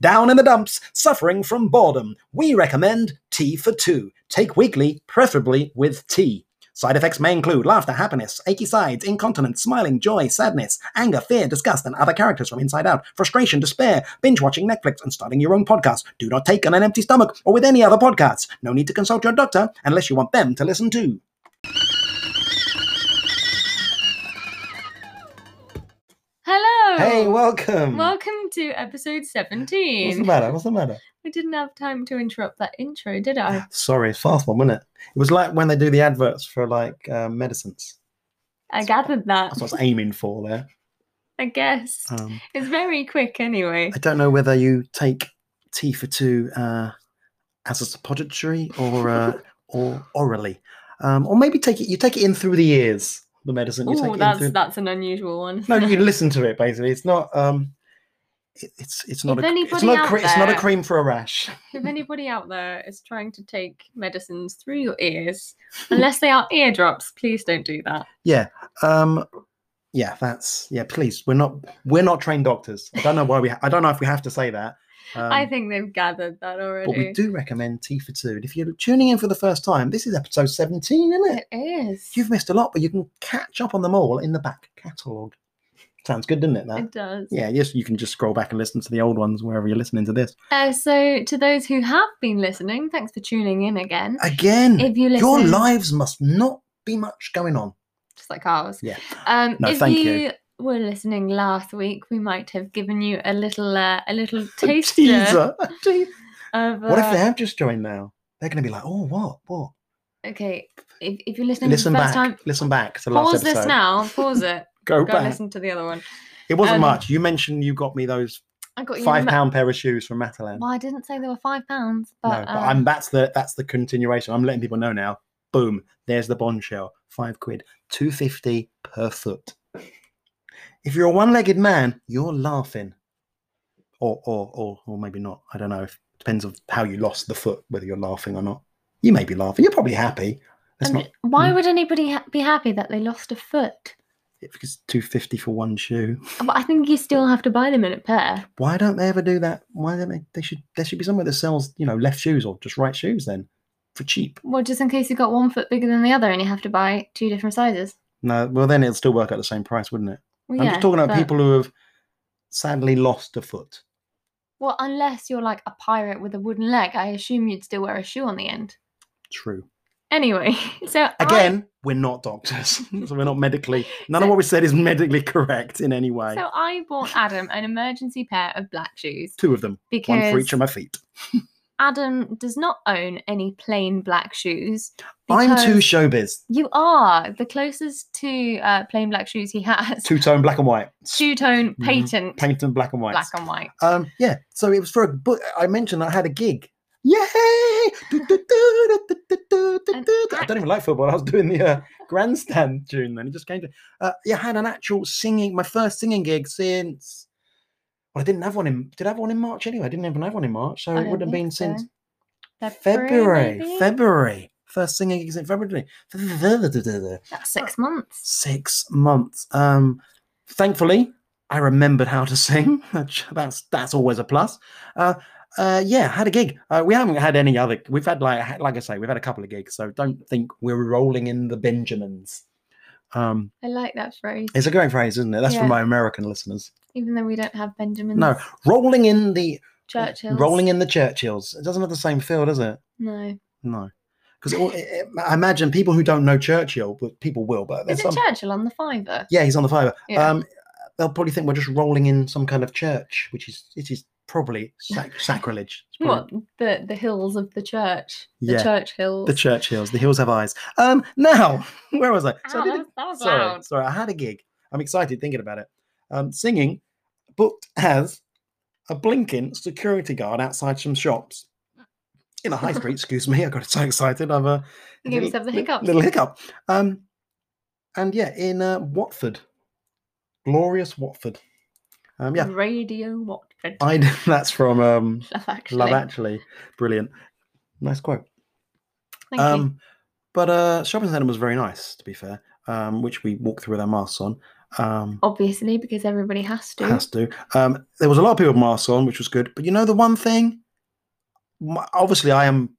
down in the dumps, suffering from boredom, we recommend Tea for Two. Take weekly, preferably with tea. Side effects may include laughter, happiness, achy sides, incontinence, smiling, joy, sadness, anger, fear, disgust, and other characters from Inside Out, frustration, despair, binge watching Netflix, and starting your own podcast. Do not take on an empty stomach or with any other podcasts. No need to consult your doctor unless you want them to listen too. Hello. Hey, welcome. Oh. Welcome to episode What's 17. the matter? What's the matter? I didn't have time to interrupt that intro, did I? Sorry, it's fast one, wasn't it? It was like when they do the adverts for like uh, medicines. I gathered that. That's what I was aiming for there. I guess. Um, It's very quick anyway. I don't know whether you take T for two uh, as a suppository or uh, or orally, um, or maybe take it. You take it in through the ears. The medicine. You take Oh, it that's in through... that's an unusual one. No, you listen to it. Basically, it's not. Um, it, it's it's not If a. It's anybody not a, out cre- it's not a there- cream for a rash. if anybody out there is trying to take medicines through your ears, unless they are eardrops, please don't do that. Yeah. Um, yeah. That's yeah. Please, we're not we're not trained doctors. I don't know why we. Ha- I don't know if we have to say that. Um, I think they've gathered that already. But we do recommend Tea for Two. And if you're tuning in for the first time, this is episode 17, isn't It it? is. You've missed a lot, but you can catch up on them all in the back catalogue. Sounds good, doesn't it? That? It does. Yeah, yes, you can just scroll back and listen to the old ones wherever you're listening to this. Uh, so, to those who have been listening, thanks for tuning in again. Again, If you listen, your lives must not be much going on. just like ours. Yeah. Um, No, if thank you. you, were listening last week, we might have given you a little, uh, a little A taster teaser, a tea- of. Uh, What if they have just joined now? They're going to be like, oh, what? What? Okay, if, if you're listening Listen for the first back. time, Listen back to last pause episode. this now. Pause it. Go, Go and back. listen to the other one. It wasn't Um, much. You mentioned you got me those I got you. five ma- pound pair of shoes from Matalan. Well, I didn't say they were five pounds, no, but, but uh, I'm that's the that's the continuation. I'm letting people know now. Boom, there's the bombshell. Five quid, two fifty per foot. If you're a one-legged man, you're laughing. Or or or or maybe not. I don't know. If, depends of how you lost the foot, whether you're laughing or not. You may be laughing. You're probably happy. That's I'm not j- why mm. would anybody ha- be happy that they lost a foot? because two fifty for one shoe. But I think you still have to buy them in a pair. Why don't they ever do that? Why don't they? They should. There should be somewhere that sells you know left shoes or just right shoes then for cheap. Well, just in case you got one foot bigger than the other and you have to buy two different sizes. No, well then it'll still work at the same price, wouldn't it? Well, I'm yeah, just talking about but- people who have sadly lost a foot. Well, unless you're like a pirate with a wooden leg, I assume you'd still wear a shoe on the end. True. Anyway, so I- Again, we're not doctors, so we're not medically. None of So- what we said is medically correct in any way. so I bought Adam an emergency pair of black shoes Two of them, one for because each of my feet. Adam does not own any plain black shoes. I'm too because showbiz, You are the closest to uh, plain black shoes he has. two tone, black and white, Two tone Mhm. patent Paddington black and white. black and white. Um, yeah. So it was for a book. I mentioned I had a gig. Yay! Do, do, do, do, do, do, do, do, An do. I don't even like football. I was doing the uh, grandstand tune then. It just came to. Uh, yeah, I had an actual singing, my first singing gig since. Well, I didn't have one in. Did I have one in March anyway? I didn't even have one in March, so I it don't would have think been so. since February, February. maybe? February. First singing gigs in February. That's six months. six months. Um, thankfully, I remembered how to sing. which- That's that's always a plus. Uh, uh, yeah, had a gig. Uh, we haven't had any other. We've had like like I say, we've had a couple of gigs. So don't think we're rolling in the Benjamins. Um, I like that phrase, it's a great phrase, isn't it? That's for Yeah. my American listeners. even though we don't have Benjamin. No, rolling in the Churchill. rolling in the Churchills. It doesn't have the same feel, does it? No. No. Because I imagine people who don't know Churchill, but people will. But Is there's it some, Churchill on the fiver? Yeah, he's on the fiver. Yeah. Um, they'll probably think we're just rolling in some kind of church, which is it is probably sac- sacrilege. It's probably- What the the hills of the church? The Yeah, church hills. The church hills. The hills have eyes. Um, now where was I? So I Ow, did Ah, that a- was, that was sorry, Oh, loud. sorry. I had a gig. I'm excited thinking about it. Um, singing, booked as a blinking security guard outside some shops in a high street. excuse me, I got so excited. I've uh, You gave yourself the li- hiccups. Little hiccup. Um, and yeah, in uh, Watford, glorious Watford. Um, yeah, Radio Watford. I d- that's from um, Love actually. Love Actually. Brilliant. Nice quote. Thank you. um, But uh, shopping centre was very nice, to be fair, um, which we walked through with our masks on. Um, obviously, because everybody has to. has to. Um, there was a lot of people with masks on, which was good. But you know the one thing, M- obviously I am.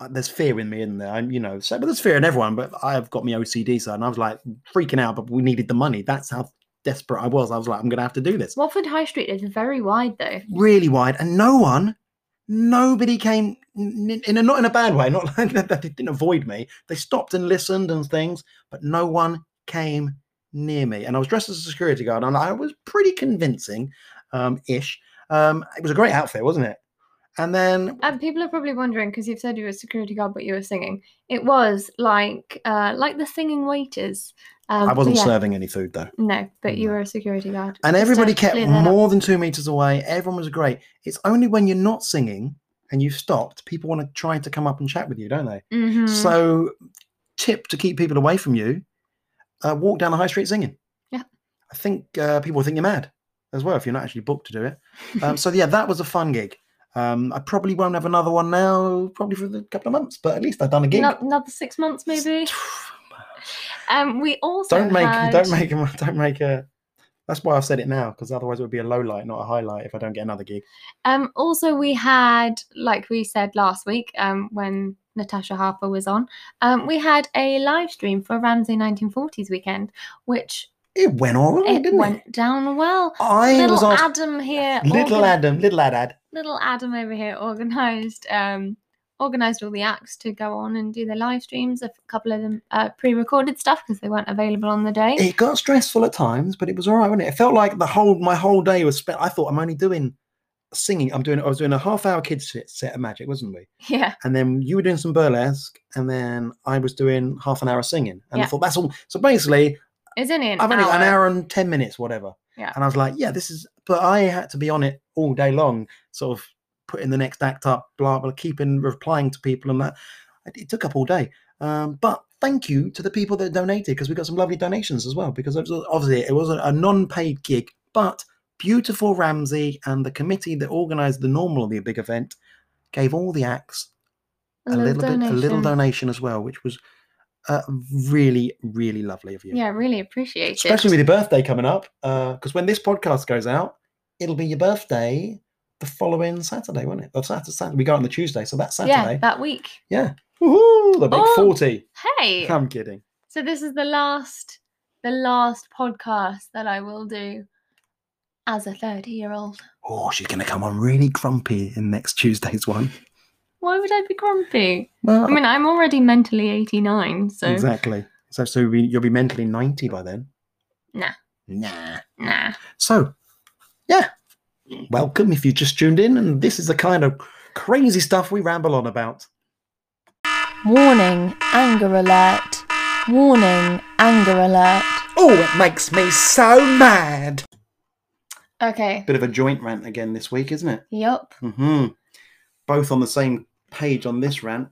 uh, There's fear in me, isn't there? I'm, you know, so but there's fear in everyone. But I have got my OCD side, and I was like freaking out. But we needed the money. That's how desperate I was. I was like, I'm gonna have to do this. Watford High Street is very wide, though. Really wide, and no one, nobody came n- n- in a not in a bad way. Not like that they didn't avoid me. They stopped and listened and things, but no one came near me. And I was dressed as a security guard, and I was pretty convincing, um, ish. Um, it was a great outfit, wasn't it? And then And people are probably wondering because you've said you were a security guard, but you were singing. It was like uh, like the singing waiters. Um, I but wasn't yeah, serving any food though. No, but you No. were a security guard. And Just everybody to kept clear that up. more than two meters away. Everyone was great. It's only when you're not singing and you've stopped, people want to try to come up and chat with you, don't they? Mhm. So, tip to keep people away from you: uh, walk down the high street singing. Yeah. I think uh, people think you're mad as well if you're not actually booked to do it. Um, so yeah, that was a fun gig. Um, I probably won't have another one now, probably for a couple of months, but at least I've done a gig. Ano- another six months, maybe. Um, we also don't make had- don't make a don't make a. That's why I've said it now, because otherwise it would be a low light, not a highlight, if I don't get another gig. Um, also, we had, like we said last week, um, when Natasha Harper was on, um, we had a live stream for Ramsey 1940s weekend, which It went all right, it Oh, didn't went it? down well. I was little asked. Adam here, Little organ- Adam, little Adad. little Adam over here, organised, um, organised all the acts to go on and do the live streams. A couple of them uh, pre-recorded stuff because they weren't available on the day. it got stressful at times, but it was all right, wasn't it? It felt like the whole my whole day was spent. I thought I'm only doing singing. I'm doing. I was doing a half hour kids set, set of magic, wasn't we? yeah, And then you were doing some burlesque, and then I was doing half an hour of singing. And I Yeah. thought that's all. So basically, it's only an I've only hour. got an hour and ten minutes, whatever. Yeah. And I was like, yeah, this is. But I had to be on it all day long, sort of putting the next act up, blah blah, keeping replying to people and that. It- It took up all day. Um, but thank you to the people that donated because we got some lovely donations as well. Because it was, obviously it was a, a non-paid gig, but beautiful Ramsey and the committee that organised the normally big event gave all the acts a, little bit, a little donation. donation as well, which was uh, really, really lovely of you Yeah, really appreciate it. especially with your birthday coming up because when this podcast goes out it'll be your birthday the following saturday won't it or saturday, saturday we go out on the tuesday so that's yeah, saturday that week. yeah Woohoo, the big Oh. 40 Hey. i'm kidding So this is the last the last podcast that I will do as a 30 year old. oh she's going to come on really grumpy in next tuesday's one Why would I be grumpy? well I mean, I'm already mentally 89, so exactly so, so you'll be- you'll be mentally 90 by then Nah. nah nah. So, yeah, welcome if you just tuned in, and this is the kind of crazy stuff we ramble on about. Warning, anger alert. Warning, anger alert. Oh, it makes me so mad. Okay. Bit of a joint rant again this week, isn't it? Yup. Mm-hmm. Both on the same page on this rant.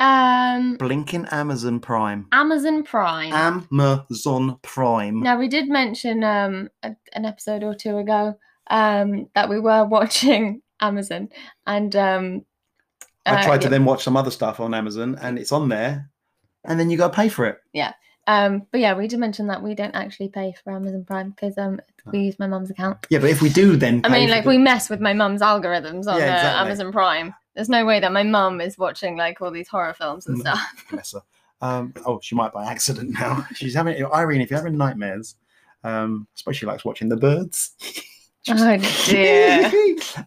Um Blinking Amazon Prime. Amazon Prime. Amazon Prime. now we did mention um a, an episode or two ago um that we were watching Amazon and um I uh, tried to yeah, then watch some other stuff on Amazon, and it's on there, and then you got to pay for it. Um, but yeah, we did mention that we don't actually pay for Amazon Prime because um, we use my mum's account. Yeah, but if we do, then I pay mean, for like the- we mess with my mum's algorithms on Yeah, uh, exactly. Amazon Prime. There's no way that my mum is watching like all these horror films and Mm. stuff. bless her. Um, oh, she might by accident now. She's having Irene. If you're having nightmares, um, I suppose she likes watching the birds. Oh dear.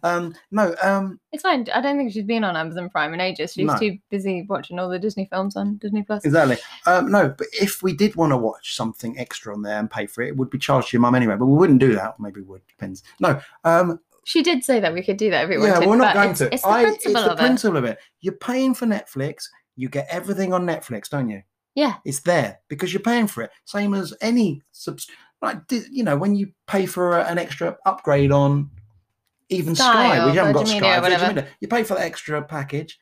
um, no. Um, it's fine. I don't think she's been on Amazon Prime in ages. She's No. too busy watching all the Disney films on Disney Plus. exactly. Um, no. But if we did want to watch something extra on there and pay for it, it would be charged to your mum anyway. But we wouldn't do that. Maybe we would depends. No. Um, She did say that we could do that if we yeah, wanted. we're but not going it's, to. It's the I- principle it's the of it. principle of it. You're paying for Netflix. You get everything on Netflix, don't you? Yeah. It's there because you're paying for it. Same as any subs, like di- you know, when you pay for a- an extra upgrade on even Sky Sky, or which you haven't got Virgin Sky, Media or Virgin whatever. Media, you pay for the extra package.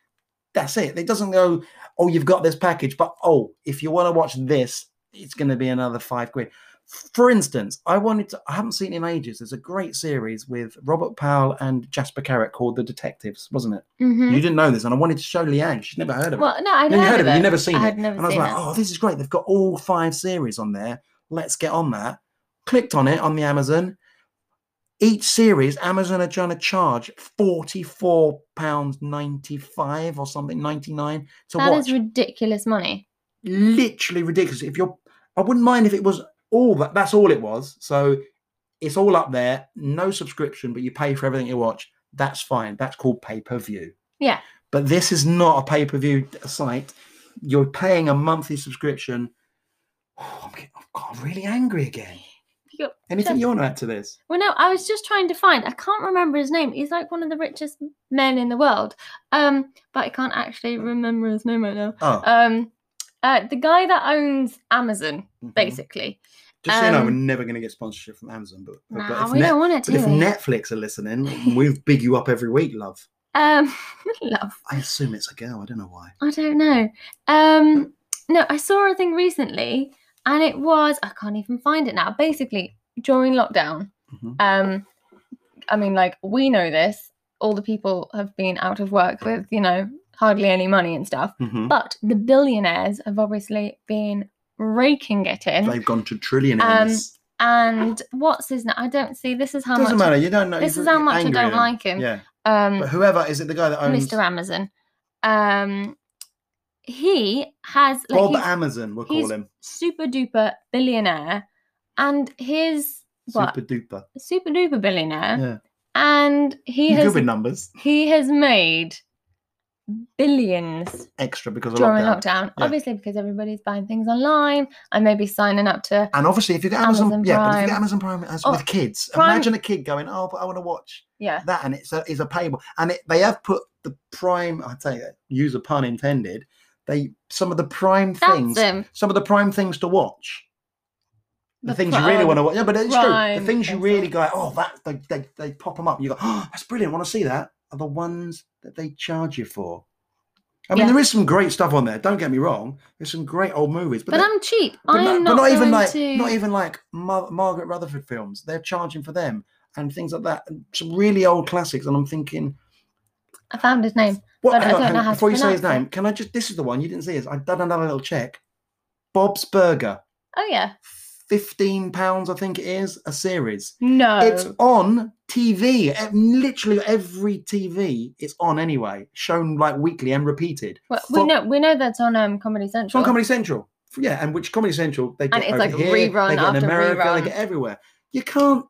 That's it. It doesn't go, oh, you've got this package, but oh, if you want to watch this, it's going to be another five quid. For instance, I wanted to, I haven't seen it in ages. There's a great series with Robert Powell and Jasper Carrot called The Detectives, wasn't it? Mhm. You didn't know this, and I wanted to show Leanne. She'd never heard of it. Well, no, I'd No, you heard of of it. it. You've never seen I it. had never And I was seen like, it. oh, this is great. They've got all five series on there. Let's get on that. clicked on it on the Amazon. Each series, Amazon are trying to charge £44.95 or something, 99 to That watch. is ridiculous money. Literally ridiculous. If you're, I wouldn't mind if it was all that, that's all it was. So it's all up there, no subscription, but you pay for everything you watch. That's fine. That's called pay per view. Yeah. But this is not a pay per view site. You're paying a monthly subscription. I'm, getting, I've got really angry again. You got- Anything Sure. you want to add to this? Well, no, I was just trying to find. I can't remember his name. He's like one of the richest men in the world. Um, but I can't actually remember his name right now. Oh, Um, uh, the guy that owns Amazon, mhm. basically. Just so you know, we're um, never going to get sponsorship from Amazon, but, but Nah, if, we Net- don't want it, but do if we? Netflix are listening, we'll big you up every week, love. um, love. I assume it's a girl. I don't know why. I don't know. Um, no, I saw a thing recently, and it was I can't even find it now. Basically, during lockdown, Mhm. um, I mean, like we know this. All the people have been out of work with you know hardly any money and stuff. Mhm. But the billionaires have obviously been raking it in. They've gone to Um, trillionaires. and what's his name? I don't see. This is how Doesn't much. matter. You don't know. This you're is how much I angry at don't them. like him. Yeah. Um, But whoever is it, the guy that owns Mr. Amazon. Um, he has like Bob he's Amazon, we'll he's call him. super duper billionaire, and his what Super duper. super duper billionaire, Yeah. and he You're has good with numbers. he has made billions Extra because of during lockdown. lockdown. Yeah. Obviously, because everybody's buying things online and maybe signing up to And obviously, if you get Amazon, Amazon yeah, but if you get Prime. Amazon Prime as, Oh, with kids, Prime- imagine a kid going, "Oh, but I want to watch yeah. that," and it's a it's a payable, and it, they have put the Prime. I tell you, use a pun intended. They some of the Prime That's things, him. some of the Prime things to watch. The, The things you really Prime- want to watch. Yeah, but it's true. Prime The things you things, really go, yeah. "Oh, that they they, they pop them up." You go, "Oh, that's brilliant. want to see that." Are the ones that they charge you for. I mean, Yeah. there is some great stuff on there. Don't get me wrong. There's some great old movies, but, But, they- I'm cheap. but I'm no- not, but not even going like to. not even like Mar- Margaret Rutherford films. They're charging for them and things like that. and Some really old classics, and I'm thinking, I found his name. what? But I don't hang know how to before you say his pronounce it. name, can I just? This is the one you didn't see. Is I've done another little check. Bob's Burger, Oh yeah. fifteen pounds, I think it is a series. No. It's on TV. ev- Literally every TV, it's on anyway, shown like weekly and repeated. Well, we For- know we know that's on um Comedy It's on Central. Comedy Central. F- Yeah, and which Comedy Central they get it's over like here, rerun they get in after America, rerun. they get everywhere. You can't.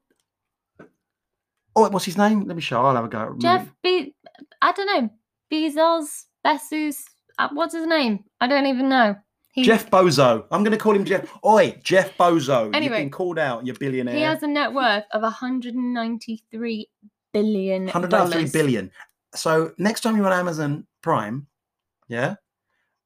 Oh, what's his name? Let me show. I'll have a go. at remembering. Jeff Be I don't know Bezos Bezos uh, what's his name? I don't even know. He, Jeff Bozo. I'm going to call him Jeff. Oi, Jeff Bozo. You've Anyway. been called out. You're billionaire. he has a net worth of 193 billion 193 dollars. billion. So next time you're on Amazon Prime, yeah,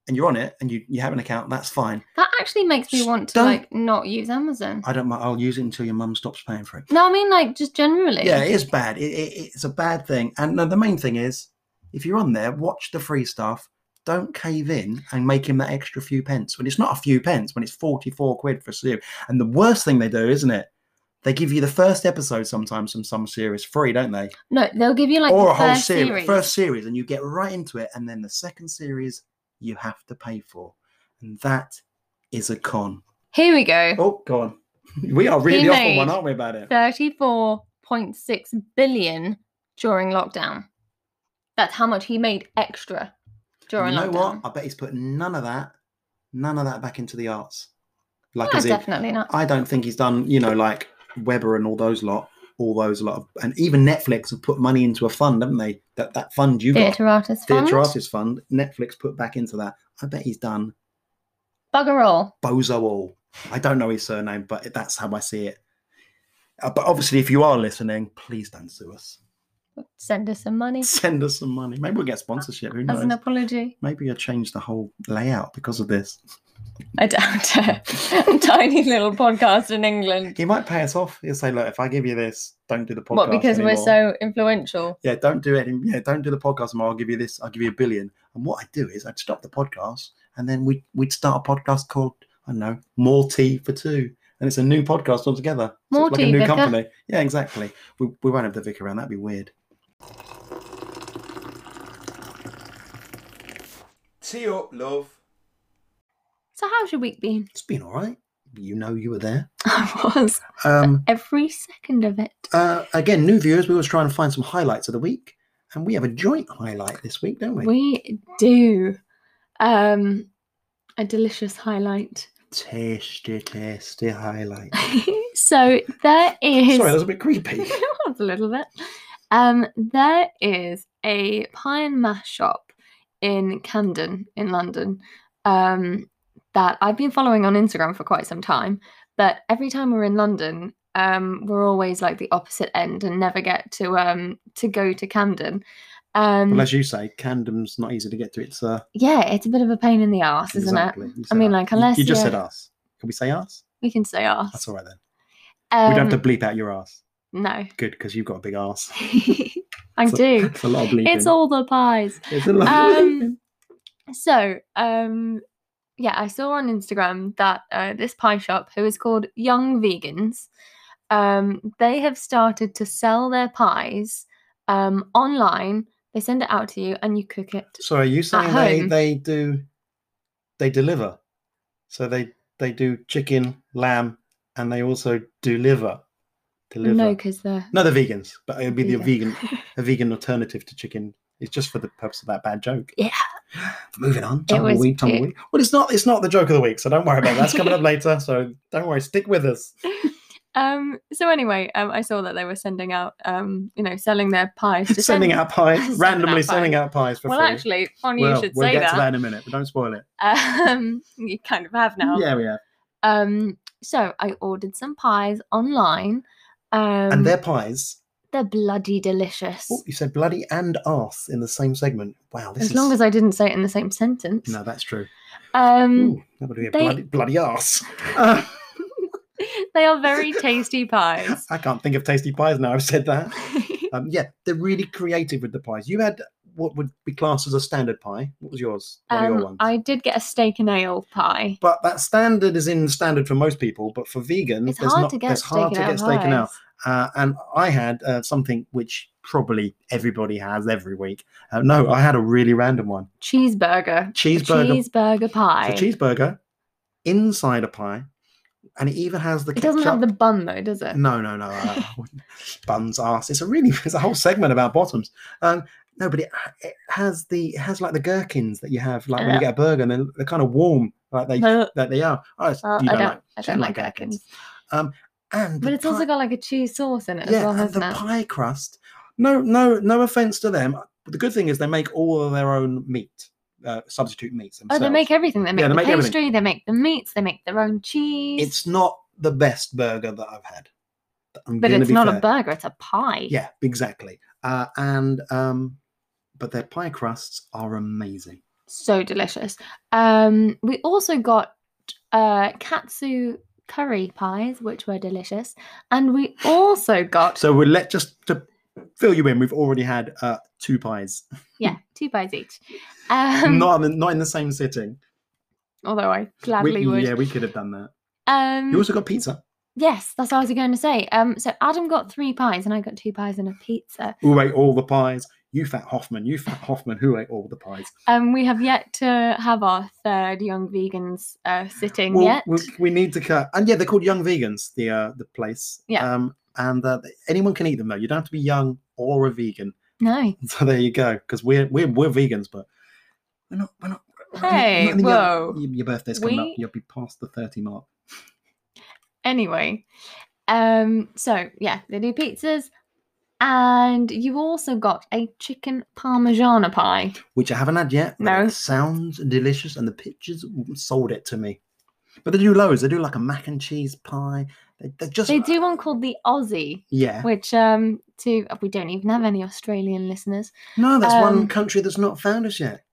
and you're on it, and you you have an account, that's fine. That actually makes me Just want to don't- like not use Amazon. I don't. mi- I'll use it until your mum stops paying for it. no, I mean like just generally. Yeah, it is bad. It, it, it's a bad thing. And no, the main thing is, if you're on there, watch the free stuff. Don't cave in and make him that extra few pence. When it's not a few pence, when it's 44 quid for a series. And the worst thing they do, isn't it? They give you the first episode sometimes from some series free, don't they? No, they'll give you like or the a whole first series, series. First series, and you get right into it. And then the second series you have to pay for. And that is a con. Here we go. Oh, go on. We are really off on made one, aren't we, about it? 34.6 billion during lockdown. That's how much he made extra during you know what? lockdown. I bet he's put none of that, none of that back into the arts. Like no, as if definitely not. I don't think he's done. You know, like Weber and all those lot, all those lot, of, and even Netflix have put money into a fund, haven't they? That that fund you Theatre artist got, Theatre fund. Artists Fund, Netflix put back into that. I bet he's done Bugger all. Bozo All. I don't know his surname, but that's how I see it. Uh, but obviously, if you are listening, please don't sue us. Send us some money Send us some money. Maybe we'll get sponsorship. Who as knows? an apology. Maybe I change the whole layout because of this. I doubt it. Tiny little podcast in England. He might pay us off. He'll say, "Look, if I give you this, don't do the podcast." What, because we're anymore. so influential? yeah, don't do it. any- Yeah, don't do the podcast anymore. I'll give you this. I'll give you a billion. And what I'd do is I'd stop the podcast, and then we'd we'd start a podcast called I don't know More Tea for Two, and it's a new podcast altogether. So More it's like Tea, a new Vicar. company. Yeah, exactly. We we won't have the vicar around. That'd be weird. Tea up, love. So, how's your week been? It's been all right. you know you were there. I was Um, every second of it. uh, again, new viewers, we was trying to find some highlights of the week, and we have a joint highlight this week, don't we? We do. Um, a delicious highlight. tasty, tasty highlight. so there is. Sorry, that was a bit creepy. it was a little bit. Um, there is a pie and mash shop in Camden in London um, that I've been following on Instagram for quite some time. But every time we're in London, um, we're always like the opposite end and never get to um, to go to Camden. Um, well, as you say, Camden's not easy to get to. It's uh, yeah, it's a bit of a pain in the ass, isn't exactly. it? You I said mean, arse. like You- unless you, just you're- said ass. Can we say ass? we can say ass. That's all right then. Um, we don't have to bleep out your ass. No, Good, because you've got a big ass. I It's a- do. It's a lot of bleeping. It's all the pies. It's a lot. of Um, bleeping. So, um, yeah, I saw on Instagram that uh, this pie shop, who is called Young Vegans, um, they have started to sell their pies um, online. They send it out to you, and you cook it. So are you saying they, home. they do they deliver? So they they do chicken, lamb, and they also do liver. Deliver. No, No, because they're they're vegans, but it would be the vegan. vegan a vegan alternative to chicken. It's just for the purpose of that bad joke. Yeah. Moving on. It was Tumbleweed, cute. tumbleweed. Well, it's not it's not the joke of the week, so don't worry about that. That's coming up later. So don't worry, stick with us. um. So anyway, um, I saw that they were sending out, um, you know, selling their pies. To sending send- out pies, sending out randomly pies. sending out pies for Well, free. actually, funny well, you should we'll say get that. to that in a minute, but don't spoil it. Um, you kind of have now. Yeah, we have. Um, so I ordered some pies online. Um, and their pies they're bloody delicious. Oh, you said bloody and arse in the same segment. Wow, this as is long as I didn't say it in the same sentence. no, that's true. Um, Ooh, that would be a they- bloody bloody arse. Uh, they are very tasty pies. I can't think of tasty pies now. I've said that. Um, yeah, they're really creative with the pies. You had what would be classed as a standard pie. What was yours? One of your um, ones. I did get a steak and ale pie. But that standard is in standard for most people, but for vegan, It's Mm, there's hard not, to get it's steak hard and to ale get steak and ale. pies. Uh, and I had uh, something which probably everybody has every week. Uh, no, I had a really random one. Cheeseburger. Cheeseburger Cheeseburger pie. It's a cheeseburger inside a pie, and it even has the it ketchup. doesn't have the bun though, does it? no, no, no. Uh, buns, ass. It's a really it's a whole segment about bottoms. Um, no, but it, it has the it has like the gherkins that you have like when you Ugh. get a burger, and they're, they're kind of warm like they Ugh. that they are. Oh, it's- Well, you I don't don't. like- I you don't like gherkins. And But the it's also pie- got like a cheese sauce in it as yeah, well, and the hasn't it? pie crust. No, no, no offense to them. But the good thing is they make all of their own meat, uh, substitute meats. Oh, Themselves. they make everything. They make they the make everything. pastry, they make the meats, they make their own cheese. it's not the best burger that I've had. I'm but gonna it's be not fair. a burger, it's a pie. Yeah, exactly. Uh, and um, but their pie crusts are amazing. So delicious. Um, we also got uh, katsu curry pies, which were delicious. And we also got, So we'll let just to fill you in. We've already had uh, two pies, yeah, two pies each. Um, not in the- not in the same sitting. although I We- gladly would. yeah, we could have done that. Um, You also got pizza. yes, that's what I was going to say. Um, so Adam got three pies and I got two pies and a pizza. Who ate all the pies? You fat Hoffman. You fat Hoffman. Who ate all the pies? Um, we have yet to have our third Young Vegans uh, sitting Well, yet. we- we need to cut. And yeah, they're called Young Vegans. The uh, the place. Yeah. Um, and uh, anyone can eat them though. You don't have to be young or a vegan. No. So there you go. Because we're we're we're vegans, but we're not we're not. we're not- Hey, not in the young- whoa. Your, your birthday's coming We- up. You'll be past the thirty mark. anyway um so yeah they do pizzas and you also got a chicken parmigiana pie which I haven't had yet. but No. it sounds delicious, and the pictures sold it to me. But they do loads. They do like a mac and cheese pie. They, they just they do one called the aussie Yeah, which um to we don't even have any australian listeners no, that's um, one country that's not found us yet.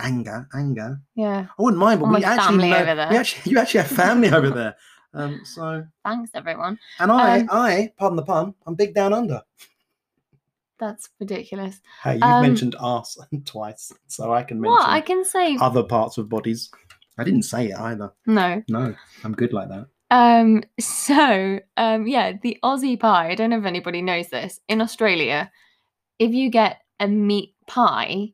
Anger, anger. yeah I wouldn't mind, but All we my actually, family know- over there. we actually, you actually have family over there. Um, so, thanks everyone and I, Um, I, pardon the pun, I'm big down under. that's ridiculous Hey, you've Um, mentioned arse twice, so I can mention what i can say other parts of bodies. I didn't say it either. no No, I'm good like that. um so um yeah the aussie pie i don't know if anybody knows this in australia if you get a meat pie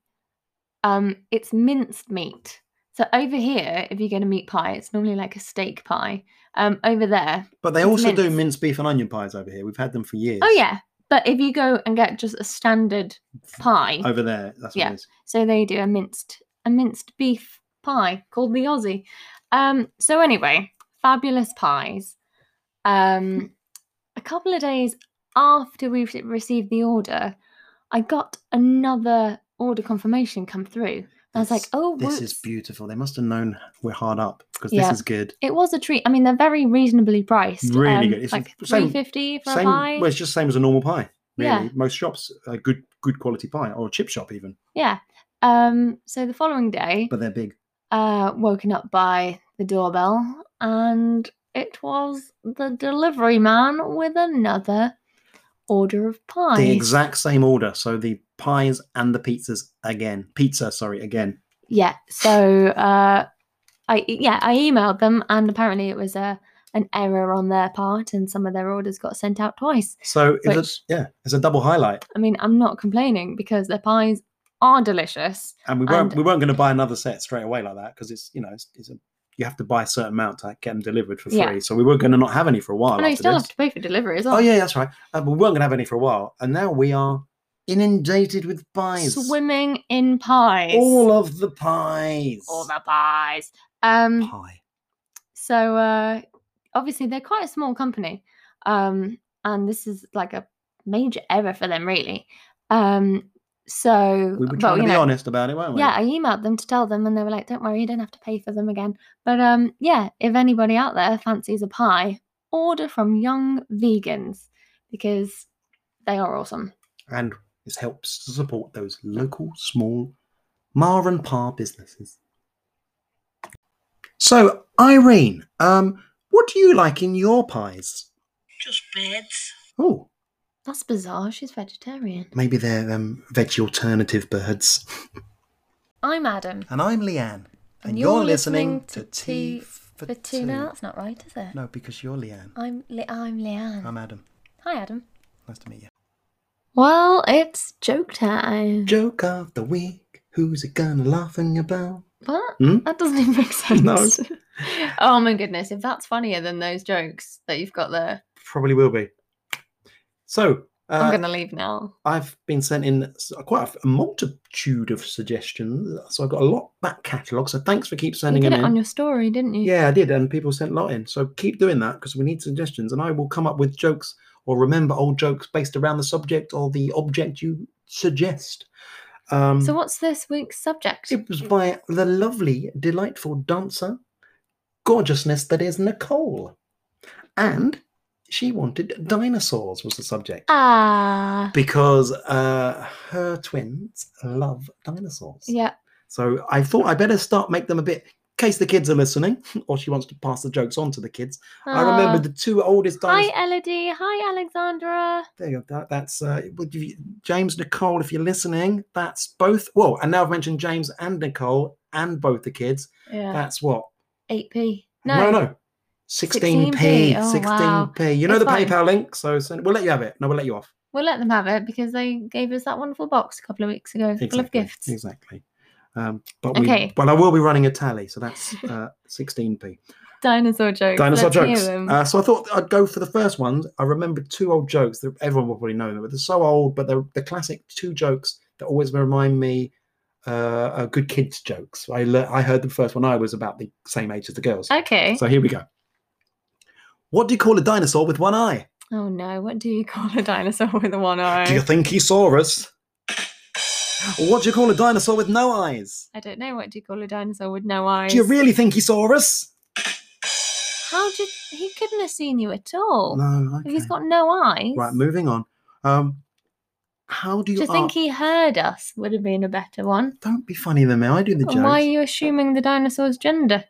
um it's minced meat So over here, if you're going to meat pie, it's normally like a steak pie. Um, over there, But they It's also do mince. minced beef and onion pies over here. We've had them for years. oh yeah. But if you go and get just a standard pie, Over there. That's what Yeah. it is. so they do a minced a minced beef pie called the Aussie. Um, so anyway, fabulous pies. Um, a couple of days after we have received the order, I got another order confirmation come through. I was like, This- oh, This is whoops. beautiful. They must have known we're hard up because Yeah. this is good. It was a treat. I mean, they're very reasonably priced. um, Really good. It's like the same- three fifty for same, a pie. Well, it's just same as a normal pie. Really, Yeah. most shops a good good quality pie or a chip shop even, Yeah. Um. So the following day, but they're big. uh, woken up by the doorbell, and it was the delivery man with another order of pies. The exact same order. So the pies and the pizzas again. Pizza, sorry, again. yeah. So, uh, I yeah, I emailed them, and apparently it was a an error on their part, and some of their orders got sent out twice. So it Which- looks yeah, it's a double highlight. I mean, I'm not complaining because their pies are delicious. And we weren't And- we weren't going to buy another set straight away like that because it's you know it's, it's a you have to buy a certain amount to get them delivered for free. Yeah. So we were going to not have any for a while. I know you after still this. have to pay for delivery as well. Oh yeah, that's right. Uh, but we weren't going to have any for a while, and now we are inundated with pies. Swimming in pies. All of the pies. All the pies. Um, pie. so uh, obviously they're quite a small company, um, and this is like a major error for them, really. Um, so, We were trying well, to you be know, honest about it, weren't we? yeah, I emailed them to tell them, and they were like, "Don't worry, you don't have to pay for them again." But um, yeah, if anybody out there fancies a pie, order from Young Vegans because they are awesome. and this helps to support those local small ma and pa businesses. So, Irene, um, what do you like in your pies? Just birds. Oh, That's bizarre. She's vegetarian. maybe they're um, veg alternative birds. I'm Adam. And I'm Leanne, And you're listening to Tea for But two now, that's not right, is it? No, because you're Leanne. I'm Le- I'm Leanne. I'm Adam. Hi, Adam. Nice to meet you. Well, it's joke time. Joke of the week. Who's it gonna laughing about? What? Hmm? That doesn't even make sense. No. oh my goodness, if that's funnier than those jokes that you've got there, Probably will be. So, uh, I'm gonna leave now. I've been sent in s- quite a f- a multitude of suggestions, so I've got a lot back catalogue. So thanks for keep You sending did it them on in. your story, didn't you? yeah, I did, and people sent a lot in. So keep doing that because we need suggestions, and I will come up with jokes or remember old jokes based around the subject or the object you suggest. Um, So what's this week's subject? It was by the lovely, delightful dancer, gorgeousness that is Nicole, and she wanted dinosaurs was the subject Ah, because uh, her twins love dinosaurs. yeah. So I thought I better start make them a bit. In case the kids are listening, or she wants to pass the jokes on to the kids. I Ah. remember the two oldest dinosaurs. Hi, Elodie. Hi, Alexandra. There you go. That, that's uh, would you- James Nicole. If you're listening, that's both. Well, and now I've mentioned James and Nicole and both the kids. Yeah. That's what. Eight p. no, No. no. 16p, 16p. 16p. Oh, wow. You know It's the fine. PayPal link, so send, we'll let you have it. No, we'll let you off. We'll let them have it because they gave us that wonderful box a couple of weeks ago, full of gifts. Exactly. Um, but we, Okay. but I will be running a tally, so that's uh, 16p. Dinosaur jokes. Dinosaur Let's hear jokes. them. Uh, so I thought I'd go for the first ones. I remembered two old jokes that everyone will probably know them, but they're so old. But they're the classic two jokes that always remind me uh, uh, good kids jokes. I le- I heard the first one. I was about the same age as the girls. okay. So here we go. What do you call a dinosaur with one eye? oh no, what do you call a dinosaur with one eye? Do you think he saw us? What do you call a dinosaur with no eyes? I don't know. What do you call a dinosaur with no eyes? Do you really think he saw us? How did he couldn't have seen you at all? No. If Okay. He's got no eyes. Right, moving on. Um, how do Do you you think ask- he heard us? Would have been a better one. Don't be funny than me. I do the jokes. And why are you assuming the dinosaur's gender?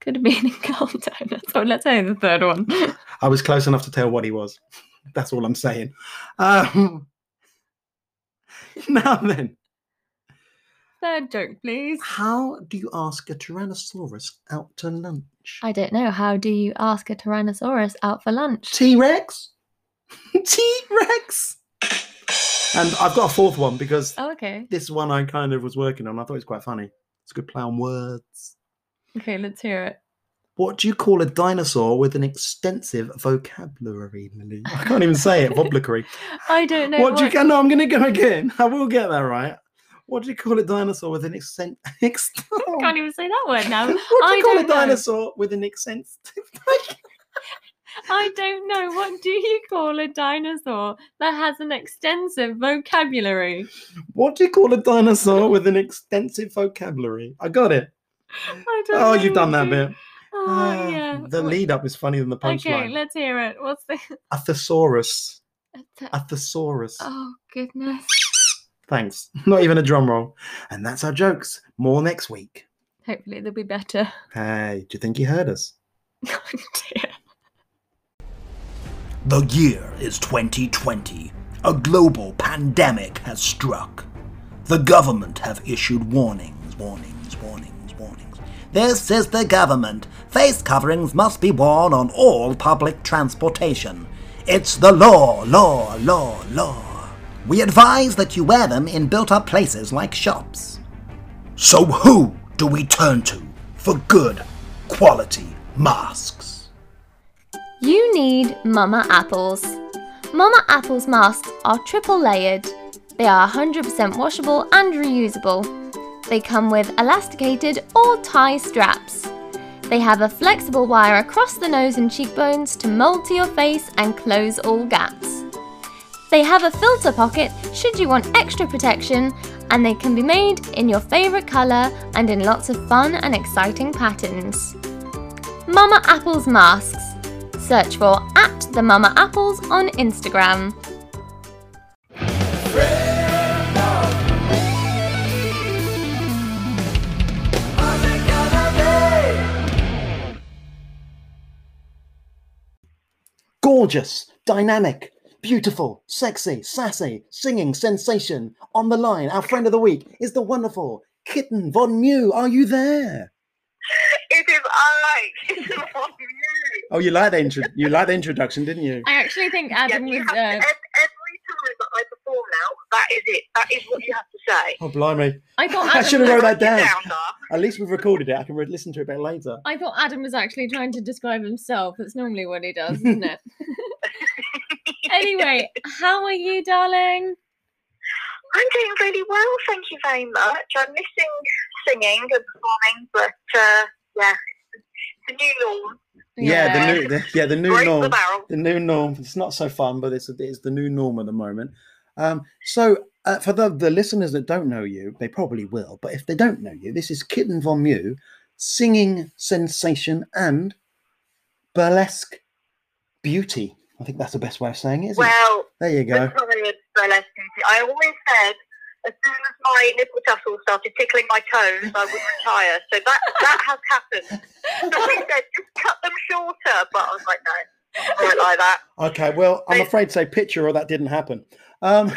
Could have been a girl dinosaur. Let's say the third one. I was close enough to tell what he was. That's all I'm saying. Um, now then, third joke, please. how do you ask a Tyrannosaurus out to lunch? I don't know. How do you ask a Tyrannosaurus out for lunch? T Rex? T Rex? And I've got a fourth one because Oh, okay. this one I kind of was working on. I thought it was quite funny. It's It's a good play on words. Okay, let's hear it. What do you call a dinosaur with an extensive vocabulary? Lily? I can't even say it. Vocabulary. I don't know. what do you? ca- No, I'm going to go again. I will get that right. What do you call a dinosaur with an extent? Ext- Can't even say that word now. what do I you call a don't know. dinosaur with an extensive? I don't know. What do you call a dinosaur that has an extensive vocabulary? what do you call a dinosaur with an extensive vocabulary? I got it. I don't Oh, know you've done what that you- bit. Oh, Ah, yeah. The Wh- lead up is funnier than the Okay, punchline. let's hear it. What's the. a thesaurus. It's a- A thesaurus. Oh, goodness. Thanks. Not even a drum roll. And that's our jokes. More next week. Hopefully, they'll be better. Hey, do you think he heard us? Oh, dear. The year is 2020. A global pandemic has struck. The government have issued warnings, warnings, warnings, warnings. This is the government. Face coverings must be worn on all public transportation. It's the law, law, law, law. We advise that you wear them in built up places like shops. So, who do we turn to for good, quality masks? You need Mama Apples. Mama Apples masks are triple layered. They are 100% washable and reusable. They come with elasticated or tie straps. They have a flexible wire across the nose and cheekbones to mold to your face and close all gaps. They have a filter pocket should you want extra protection, and they can be made in your favourite colour and in lots of fun and exciting patterns. Mama Apples masks. Search for at the Mama Apples on Instagram. Gorgeous, dynamic, beautiful, sexy, sassy, singing sensation. On the line, our friend of the week is the wonderful Kitten Von Mew. Are you there? It is alright. It is all you. Oh, you like the intro- you like the introduction, didn't you? I actually think Adam Yes, you was. have to- Uh, ev- every time that I perform now, that is it. That is what you have to say. Oh, blimey! I thought I Adam should have was- wrote that Get down. Dar. At least we've recorded it. I can re- listen to it a bit later. I thought Adam was actually trying to describe himself. That's normally what he does, isn't it? anyway, how are you, darling? I'm doing really well, thank you very much. I'm missing singing and performing, but uh, yeah, the new norm. Yeah, the new, the, yeah, the new Break norm. the barrel. the new norm. It's not so fun, but it's it's the new norm at the moment. Um, so uh, for the, the listeners that don't know you, they probably will. But if they don't know you, this is Kitten von Mew, singing sensation and burlesque beauty. I think that's the best way of saying it. Isn't it? Well, There you the go. tired burlesque beauty. I always said as soon as my nipple tassel started tickling my toes, I would retire. So that that has happened. Somebody said just cut them shorter, but I was like, no, I don't like that. Okay, well, I'm They- afraid to say picture or that didn't happen. Um,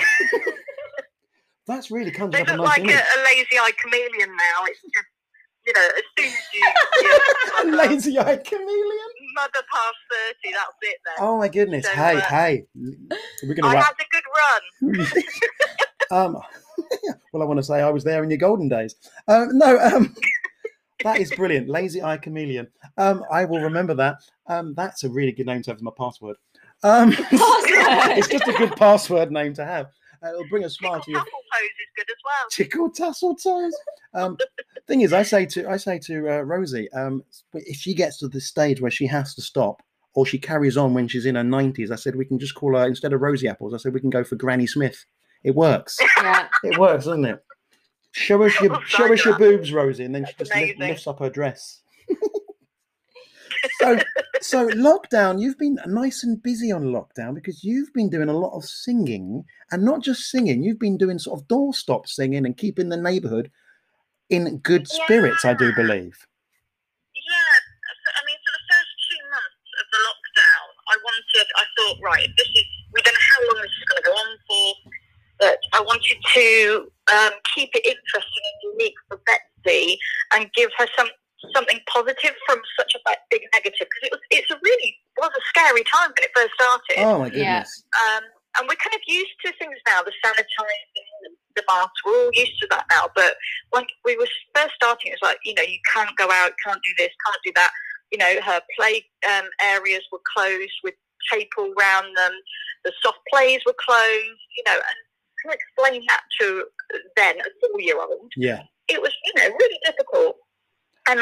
that's really conjured They up a look nice like a, image. a lazy-eyed chameleon now. It's just, you know, as soon as you A yeah, lazy-eyed chameleon. mother past thirty, that's it. Then Oh my goodness! So, hey, uh, hey, we're gonna I wrap. had a good run. um, well, I want to say I was there in your golden days. Um, no, um, that is brilliant. Lazy Eye Chameleon. Um, I will remember that. Um, that's a really good name to have as my password. Um, it's just a good password name to have. Uh, it'll bring a smile to Tickle your tassel pose is good as well. tickle tassel toes. Um, thing is, I say to I say to uh, Rosie, um, if she gets to the stage where she has to stop or she carries on when she's in her nineties, I said we can just call her instead of Rosie Apples. I said we can go for Granny Smith. It works. Yeah. It works, doesn't it? Show us your I'll show us sign your up. boobs, Rosie, and then she That's just li- amazing. lifts up her dress. so, so lockdown. You've been nice and busy on lockdown because you've been doing a lot of singing, and not just singing. You've been doing sort of doorstop singing and keeping the neighbourhood in good spirits. I do Yeah. believe. Yeah, so- I mean, for the first two months of the lockdown, I wanted, I thought, right, if this is, we don't know how long this is going to go on for, but I wanted to um, keep it interesting and unique for Betsy and give her some something positive from such a ba- big negative because it was it's a really was a scary time when it first started Oh my Yeah. goodness! um, and we're kind of used to things now the sanitizing the mask. We're all used to that now. But when we were first starting, it's like, you know, you can't go out, can't do this, can't do that. You know, her play um, areas were closed with tape all round them. The soft plays were closed, you know. And can explain that to uh, then a four-year-old? Yeah. It was, you know, really difficult. And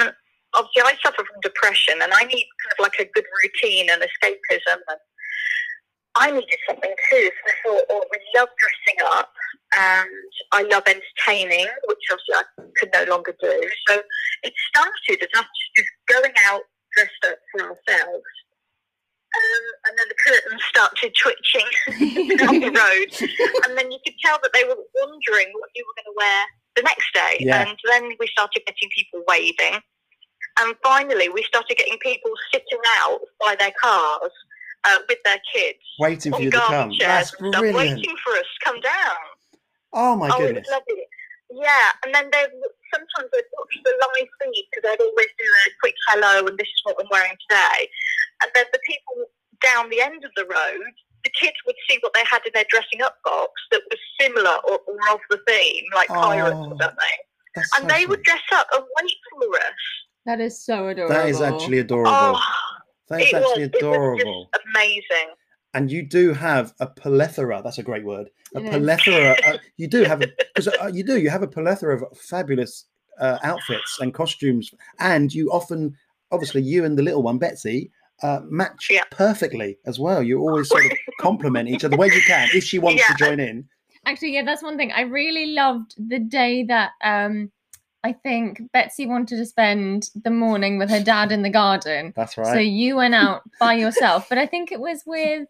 obviously I suffer from depression and I need kind of like a good routine and escapism and I needed something too. So I thought, oh, we love dressing up and I love entertaining, which obviously I could no longer do. So it started as us just going out dressed up for ourselves. Um, and then the curtains started twitching down the road. And then you could tell that they were wondering what you were going to wear the next day. Yeah. And then we started getting people waving. And finally, we started getting people sitting out by their cars uh, with their kids Waiting for on you to come. garden That's chairs and stuff, brilliant. waiting for us to come down. Oh my oh, goodness. it was lovely. Yeah, and then they sometimes they'd watch the live feed because they'd always do a quick hello and this is what I'm wearing today. And then the people down the end of the road, the kids would see what they had in their dressing up box that was similar or, or of the theme, like Oh, pirates or something. That's And so they sweet. would dress up and wait for us. That is so adorable. That is actually adorable. Oh, that is it was, actually it was adorable. just amazing. and you do have a plethora that's a great word a It is. plethora uh, you do have because uh, you do you have a plethora of fabulous uh, outfits and costumes and you often obviously you and the little one betsy uh, match Yeah. perfectly as well you always sort of complement each other where you can if she wants to Yeah. join in Actually, yeah, that's one thing. I really loved the day that um I think Betsy wanted to spend the morning with her dad in the garden. that's So right you went out by yourself, but I think it was with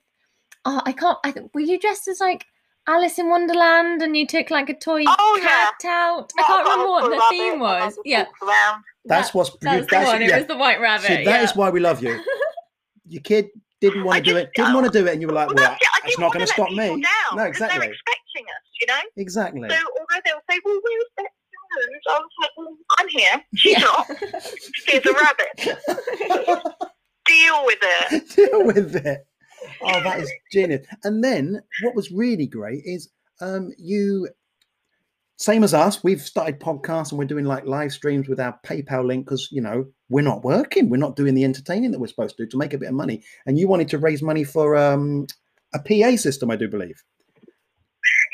oh, I can't I th- were you dressed as like Alice in Wonderland and you took like a toy Oh, yeah. cat out? I Oh, can't remember what the theme was. Yeah. Around. that's that- what's That's the one. It yeah. was the white rabbit. So that is yeah. why we love you your kid didn't want I to do just- it didn't want to do it and you were like Well, well that's it. I it's didn't not want going to let stop people me Down, no 'cause exactly They're expecting us, you know. exactly So although they'll say, "Well, where's that Jones?" I was like, well, "I'm here. She's not. She's a rabbit. Deal with it." deal with it. Oh, that is genius. And then what was really great is um, you, same as us, we've started podcasts and we're doing like live streams with our PayPal link because, you know, we're not working. We're not doing the entertaining that we're supposed to do to make a bit of money. And you wanted to raise money for um, a PA system, I do believe.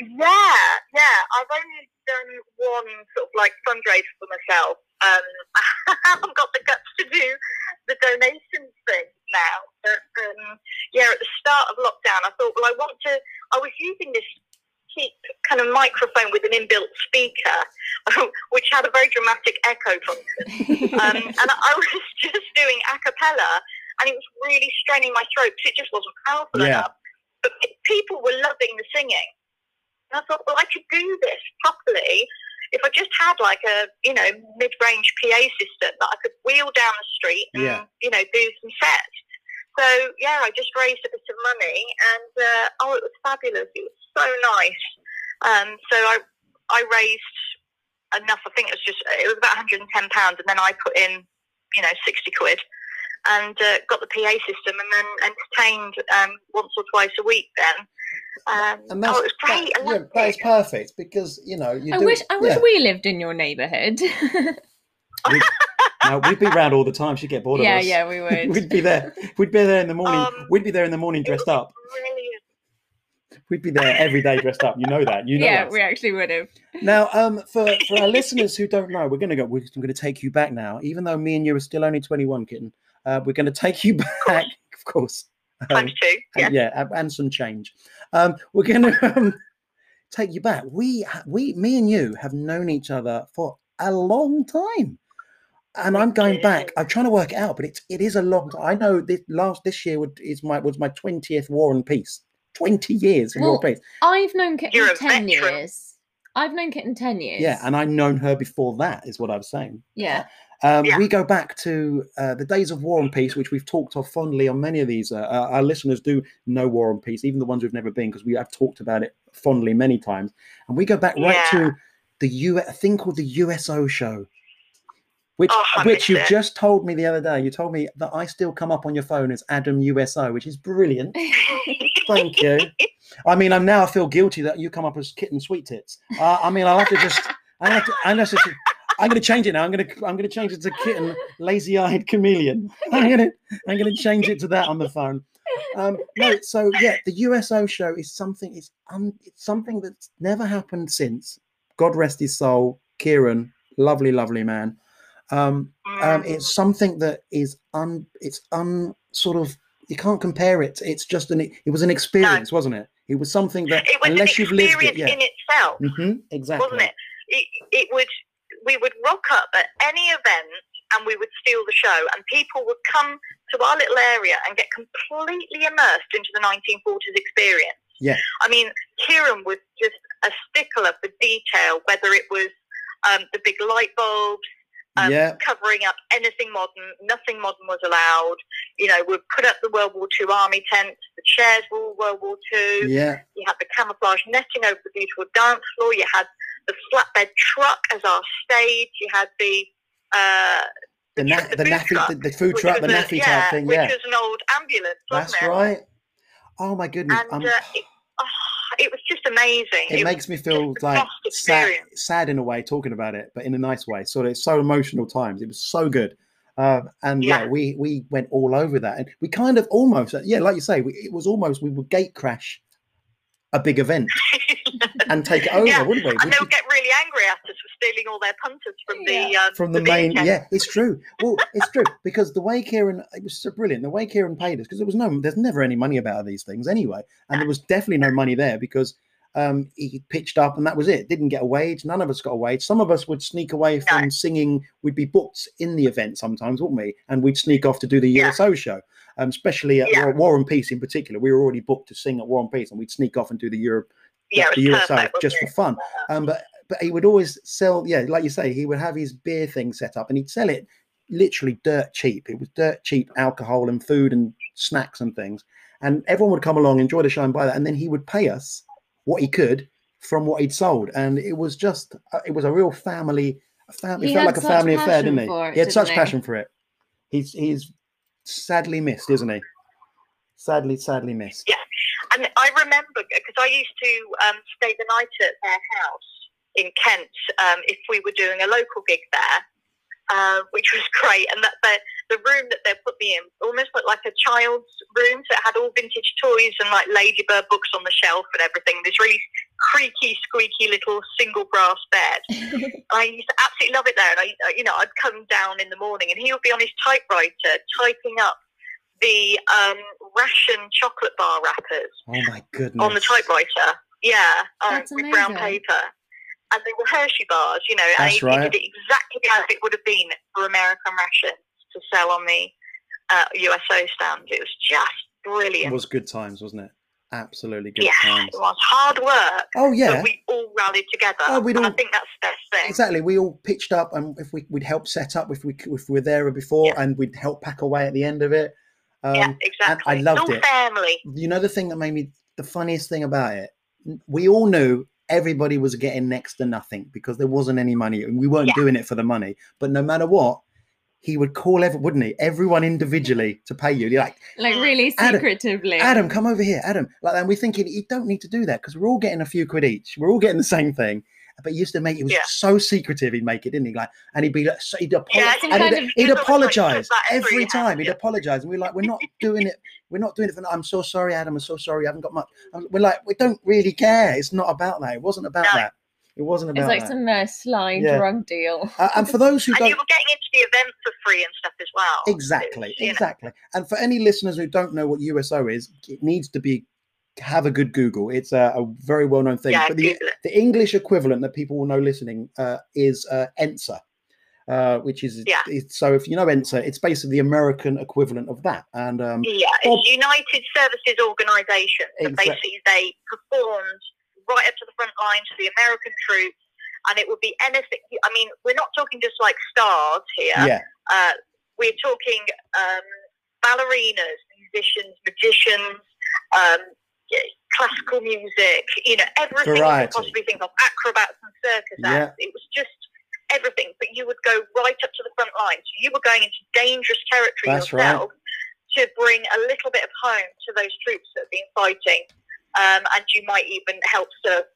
Yeah, yeah. I've only done one sort of like fundraiser for myself. Um, I haven't got the guts to do the donations thing now. But um, yeah, at the start of lockdown, I thought, well, I want to. I was using this cheap kind of microphone with an inbuilt speaker, which had a very dramatic echo function. um, and I was just doing a cappella, and it was really straining my throat because it just wasn't powerful Yeah. enough. But pe- people were loving the singing, and I thought, well, I could do this properly if I just had like a you know mid-range PA system that I could wheel down the street and Yeah. you know do some sets. So yeah, I just raised a bit of money, and uh, oh, it was fabulous. It was so nice. Um, so I I raised enough. I think it was just it was about 110 pounds, and then I put in, you know, 60 quid, and uh, got the PA system, and then entertained um, once or twice a week. Then, um, And oh, it was great. that- I yeah, loved that it. is perfect because, you know, you I do- wish I wish yeah. we lived in your neighborhood. No, we'd be round all the time. She'd get bored yeah, of us. yeah, we would. We'd be there. We'd be there in the morning. Um, We'd be there in the morning dressed up. Brilliant. We'd be there every day dressed up. You know that. You know yeah, us. we actually would have. Now, um, for, for our listeners who don't know, we're gonna go. We're gonna take you back now. Even though me and you are still only twenty one, kitten, uh, we're gonna take you back, of course. Um, Times two. Yeah. and, yeah, and- and some change. Um, we're gonna um, take you back. We ha- we me and you have known each other for a long time, and I'm going back. I'm trying to work it out, but it's it is a long time. I know this last this year would, is my was my twentieth War and Peace. Twenty years of War and Well, Peace. I've known Kitten You're a ten veteran. years. I've known Kitten ten years. Yeah, and I've known her before that, is what I was saying. yeah, Um, Yeah. We go back to uh, the days of War and Peace, which we've talked of fondly on many of these. Uh, our our listeners do know War and Peace, even the ones who've never been, because we have talked about it fondly many times. And we go back right to the U- a thing called the USO show, which Oh, I which missed you it. just told me the other day. You told me that I still come up on your phone as Adam USO, which is brilliant. Thank you. I mean, I'm now I feel guilty that you come up as kitten sweet tits. Uh, I mean, I'll have to just. I have to, I'm gonna. just- I'm gonna change it now. I'm gonna. I'm gonna change it to kitten lazy-eyed chameleon. I'm gonna. I'm gonna change it to that on the phone. Um, no, so yeah, the USO show is something. It's un, it's something that's never happened since. God rest his soul, Kieran, lovely, lovely man. Um, Mm. um, it's something that is un it's un sort of you can't compare it it's just an it was an experience wasn't it it was something that it was unless an you've lived it experience yeah in itself. Mhm, exactly wasn't it? it? It would we would rock up at any event and we would steal the show, and people would come to our little area and get completely immersed into the 1940s experience. Yeah. I mean, Kieran was just a stickler for detail, whether it was um, the big light bulbs. Um, Yeah. Covering up anything modern, nothing modern was allowed. You know, we put up the World War II army tents, the chairs were all World War II yeah you had the camouflage netting over the beautiful dance floor, you had the flatbed truck as our stage, you had the uh, the, na- the, the food naffy truck, the, the food which truck the was a- naffy yeah, type thing which yeah was an old ambulance, wasn't that's it? right oh my goodness And I'm- uh, it, oh, it was just amazing. it makes me feel just a like vast sad, experience. sad in a way talking about it but in a nice way so it's so emotional times it was so good uh, and yeah. Yeah. we we went all over that and we kind of almost yeah like you say we, it was almost we would gate crash a big event and take it over Yeah, wouldn't we and We'd they'll get really angry at us for stealing all their punters from the um, from the main VHS. yeah it's true well it's true because the way kieran it was so brilliant the way kieran paid us because there was no there's never any money about these things anyway and there was definitely no money there because um he pitched up and that was it didn't get a wage none of us got a wage some of us would sneak away from singing we'd be booked in the event sometimes wouldn't we and we'd sneak off to do the Yeah. uso show um, especially at Yeah. war, war and peace in particular we were already booked to sing at war and peace and we'd sneak off and do the europe yeah, the it Uh-huh. was USO perfect, just for fun. wasn't Um, but but he would always sell, yeah, like you say, he would have his beer thing set up and he'd sell it literally dirt cheap. It was dirt cheap alcohol and food and snacks and things. And everyone would come along, enjoy the show and buy that. And then he would pay us what he could from what he'd sold. And it was just, uh, it was a real family, a fam- it He felt like had a such family affair, passion didn't he? for it, he had didn't such he? passion for it. He's, he's sadly missed, isn't he? Sadly, sadly missed. And I remember because I used to um, stay the night at their house in Kent um, if we were doing a local gig there, uh, which was great. And that the, the room that they put me in almost looked like a child's room, so it had all vintage toys and like Ladybird books on the shelf and everything. This really creaky, squeaky little single brass bed. I used to absolutely love it there. And I, I- you know, I'd come down in the morning, and he would be on his typewriter typing up the um, ration chocolate bar wrappers Oh my goodness. on the typewriter. Yeah, um, That's with brown amazing. paper. And they were Hershey bars, you know, and That's he, right. he did it exactly as it would have been for American rations to sell on the uh, USO stand. It was just It brilliant. was good times, wasn't it? Absolutely good yeah, times. it was hard work, Oh yeah, but we all rallied together. Oh, we'd and I all- think that's the best thing. exactly. We all pitched up, and if we we'd help set up, if we c- if we were there before, and we'd help pack away at the end of it. Um, yeah, exactly. I loved all it. family. You know the thing that made me the funniest thing about it. n- We all knew everybody was getting next to nothing because there wasn't any money, and we weren't Yeah. doing it for the money. But no matter what, he would call every wouldn't he? Everyone individually to pay you. You're like. Like really Adam- secretively. Adam, come over here, Adam. Like, and we're thinking you don't need to do that because we're all getting a few quid each. We're all getting the same thing. But he used to make it was Yeah. so secretive. He'd make it, didn't he? Like, and he'd be like, so he'd, apolo- Yeah, some and kind he'd, he'd of- it's almost like apologize put that through every your time. He'd hand. apologize, and we're like, we're not doing it. We're not doing it for. I'm so sorry, Adam. I'm so sorry. I haven't got much. And We're like, we don't really care. It's not about that. It wasn't about No. that. It wasn't about it's like that. some uh, sly Yeah. drug deal. Uh, and for those who And don't, you were getting into the event for free and stuff as well. It was, Exactly, you know, exactly. And for any listeners who don't know what USO is, it needs to be have a good Google. It's a, a very well known thing. Yeah, but the, Google it. the English equivalent that people will know listening uh, is uh, ENSA, uh, which is Yeah. it's- so if you know ENSA, it's basically the American equivalent of that. And um, Yeah, Bob- it's United Services Organisation. And Exact- basically, they performed right up to the front line to the American troops, and it would be anything. I mean, we're not talking just like stars here. yeah, Uh, we're talking um, ballerinas, musicians, magicians, um, yeah, classical music. You know, everything you Variety. could possibly think of. Acrobats and circus acts. It was just. Everything, but you would go right up to the front line. So you were going into dangerous territory That's right. yourself to bring a little bit of home to those troops that have been fighting. um, and you might even help serve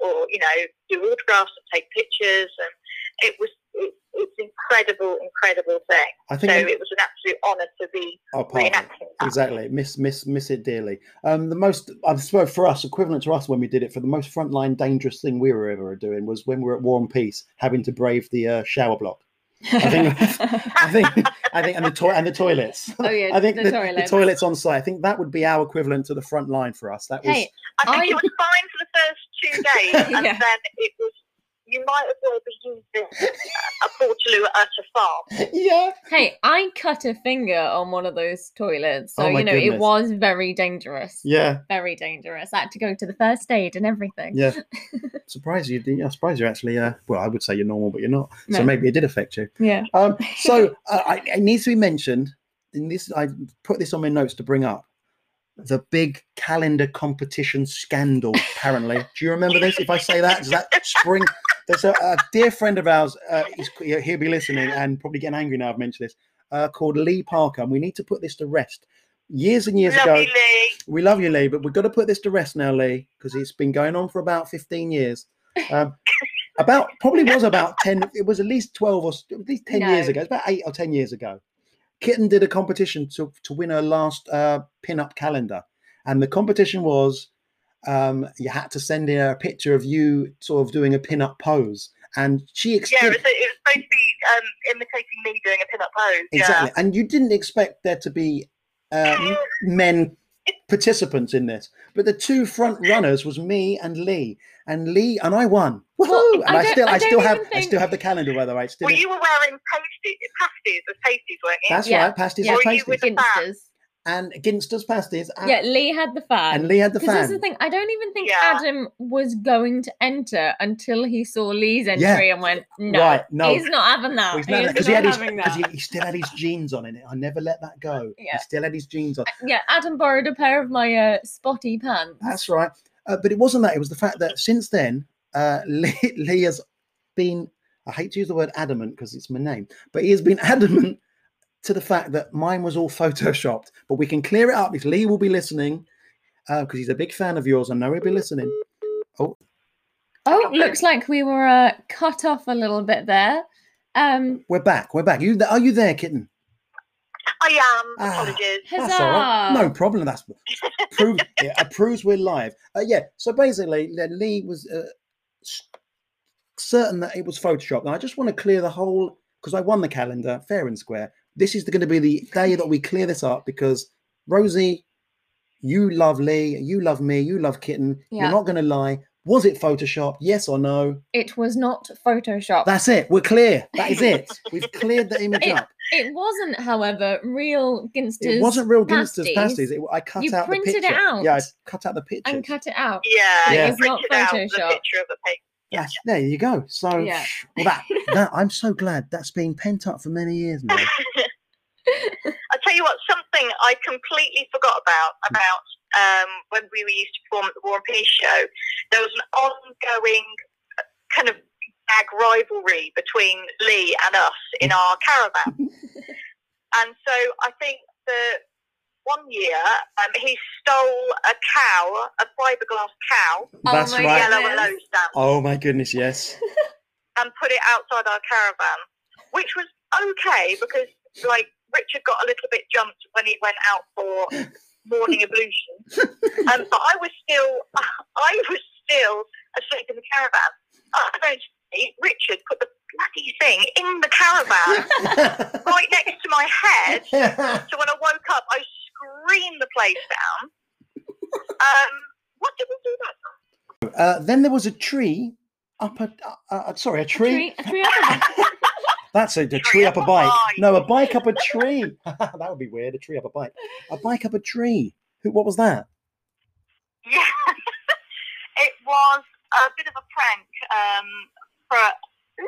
or you know do autographs and take pictures, and it was it, it's incredible, incredible thing. I think So I'm- it was an absolute honour to be oh, pardon. reenacting that. Exactly, miss miss miss it dearly. Um, the most I suppose for us, equivalent to us when we did it, for the most frontline dangerous thing we were ever doing was when we were at War and Peace, having to brave the uh, shower block. think- I think I think and the toi- and the toilets. oh yeah, I think the, the, the toilet. toilets on site. I think that would be our equivalent to the front line for us. That was Hey, I think I- it was fine for the first two days, and Yeah. then it was. You might as well be using a Portaloo at a farm. yeah. hey, I cut a finger on one of those toilets, so Oh my you know it goodness. was very dangerous. Yeah, Very dangerous. I had to go to the first aid and everything. yeah. surprise you! didn't- I'm surprised you're actually. Uh, well, I would say you're normal, but you're not. So No. maybe it did affect you. Yeah. Um, so uh, I, it needs to be mentioned. In this, I put this on my notes to bring up the big calendar competition scandal. Apparently, do you remember this? If I say that, does that spring? There's a, a dear friend of ours. Uh, he's, he'll he'll be listening and probably getting angry now. I've mentioned this. Uh, called Lee Parker, and we need to put this to rest. Years and years ago, Lovely Lee. we love you, Lee, but we've got to put this to rest now, Lee, because it's been going on for about 15 years. Um, about probably was about 10, it was at least 12 or s- at least 10 years No. ago, it's about eight or 10 years ago. Kitten did a competition to, to win her last uh, pin up calendar. And the competition was um, you had to send in a picture of you sort of doing a pin up pose. And she Yeah, it explained was, it was supposed to be um, imitating me doing a pin-up pose. exactly. And you didn't expect there to be uh, m- men participants in this, but the two front runners was me and Lee, and Lee and I won. Woohoo! Well, and I I, don't- still, I I, don't still have, even I think- still have the calendar by the way. It's still Yeah. Well, in- you were wearing pasties, pasties as pasties, weren't you? that's Yeah, right, pasties yeah. and Were you pasties, with- the fan. Ginsters. and Ginster's pasties, and, Yeah, Lee had the fan. Uh, and Lee had the Because that's fan. the thing. I don't even think Yeah. Adam was going to enter until he saw Lee's entry and went, "No, Right, no. he's not having that. Well, he's he's not- not, he had his, having 'cause that." he, he still had his jeans on in it. I never let that go. Yeah. He still had his jeans on. Yeah, Adam borrowed a pair of my uh, spotty pants. That's right. Uh, but it wasn't that. It was the fact that since then, uh, Lee, Lee has been, I hate to use the word adamant because it's my name, but he has been adamant to the fact that mine was all photoshopped. But we can clear it up because Lee will be listening because Oh, he's a big fan of yours. I know he'll be listening. Oh, looks like we were uh, cut off a little bit there. Um, We're back. We're back. You th- Are you there, kitten? I am. Ah. Apologies. That's all right. Huzzah! No problem. That's proves, yeah, it proves we're live. Uh, yeah. So basically, Le- Lee was uh, s- certain that it was photoshopped. And I just want to clear the whole because I won the calendar fair and square. This is going to be the day that we clear this up because Rosie, you love Lee, you love me, you love Kitten. Yeah. You're not going to lie. Was it photoshopped? Yes or no? it was not Photoshop. That's it. We're clear. That is it. We've cleared the image It- up. It wasn't, however, real Ginsters. It wasn't real Ginster's pasties. pasties. It, I cut You out printed the it picture. Yeah, I out cut out the picture. and cut it out. Yeah, Yeah. you It's not printed out the Photoshop. picture of a pig. Yes, there you go. So, Yeah. well, that, that I'm so glad that's been pent up for many years now. I tell you what, something I completely forgot about about um, when we were used to perform at the War and Peace show. There was an ongoing uh, kind of gag rivalry between Lee and us in our caravan, and so I think that one year um, he stole a cow, a fiberglass cow, That's Oh my right. yellow and goodness. low stamp, Oh my goodness, yes. and put it outside our caravan, which was okay because like Richard got a little bit jumped when he went out for morning ablution, um, but I was still I was still asleep in the caravan. I don't see Richard put the bloody thing in the caravan right next to my head. So when I woke up, I screamed the place down. Um, what did we do that? uh, then there was a tree up a uh, uh, sorry, a A tree. tree, a tree up above. That's a, a tree up a bike. No, a bike up a tree. that would be weird. A tree up a bike. A bike up a tree. Who? What was that? Yeah, it was a bit of a prank um, for a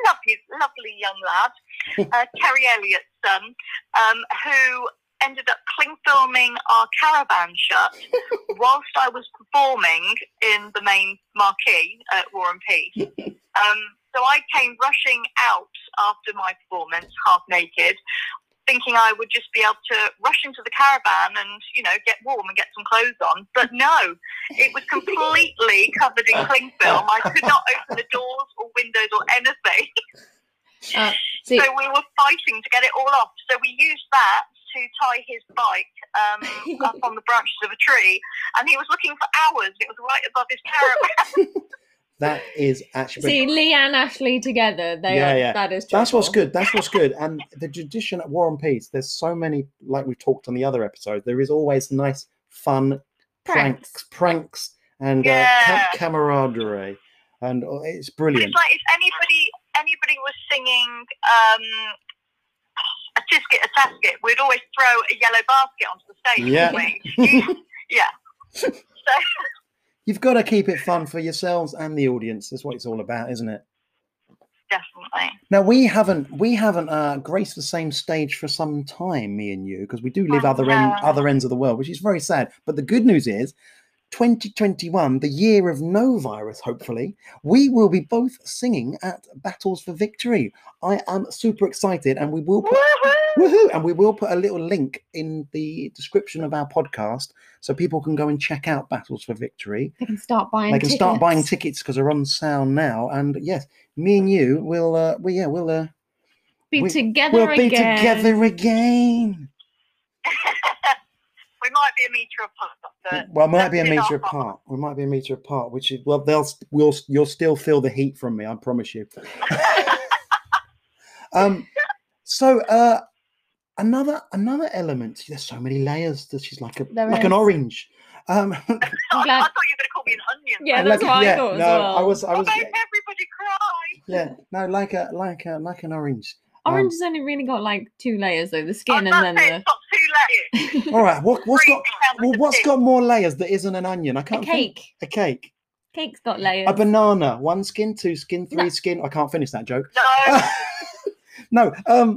lovely, lovely young lad, uh, Terry Elliott's son, um, who ended up cling filming our caravan shut whilst I was performing in the main marquee at War and Peace. Um, so I came rushing out after my performance, half naked, thinking I would just be able to rush into the caravan and, you know, get warm and get some clothes on. But no, it was completely covered in cling film. I could not open the doors or windows or anything. See, So we were fighting to get it all off. So we used that to tie his bike um, up on the branches of a tree. And he was looking for hours. It was right above his caravan. That is actually. see, Lee and Ashley together. They Yeah, are, yeah. That is. That's what's triple. good. That's what's good. And the tradition at War and Peace, there's so many, like we talked on the other episode, there is always nice, fun pranks, pranks, and uh, Yeah. ca- camaraderie. And uh, it's But brilliant. it's like if anybody anybody was singing um, a tisket, a tasket, we'd always throw a yellow basket onto the stage, Yeah. wouldn't we? yeah. So You've got to keep it fun for yourselves and the audience. That's what it's all about, isn't it? definitely. Now we haven't we haven't uh, graced the same stage for some time, me and you, because we do live Oh, other end, no. other ends of the world, which is very sad. But the good news is, 2021, the year of no virus, hopefully, we will be both singing at Battles for Victory. I am super excited, and we will put Woohoo! woohoo, and we will put a little link in the description of our podcast so people can go and check out Battles for Victory They can start buying. they can start buying tickets. tickets because they're on sale now. And yes, me and you will, uh, we yeah, we'll uh, Be We- together we'll be again. together again. we might be a metre apart, but well, might be a that's in meter our- apart. We might be a meter apart, which is well, they'll st- we'll s- you'll still feel the heat from me. I promise you. um, so uh, another another element. There's so many layers. That she's like a There like an is. orange. Um, I, glad- I thought you were going to call me an onion. Yeah, and that's like- what yeah, I thought as no, well. I was I I was made everybody cry. yeah no like a like a like an orange. um, Orange has only really got like two layers though, the Oh, skin that's and it, then it's got two layers. the All right, what what's Three got colours Well, of what's tea. got more layers that isn't an onion? I a can't think. cake. A cake. Cake's got layers. A banana. One skin, two skin, three No. skin. I can't finish that joke. No, no. Um.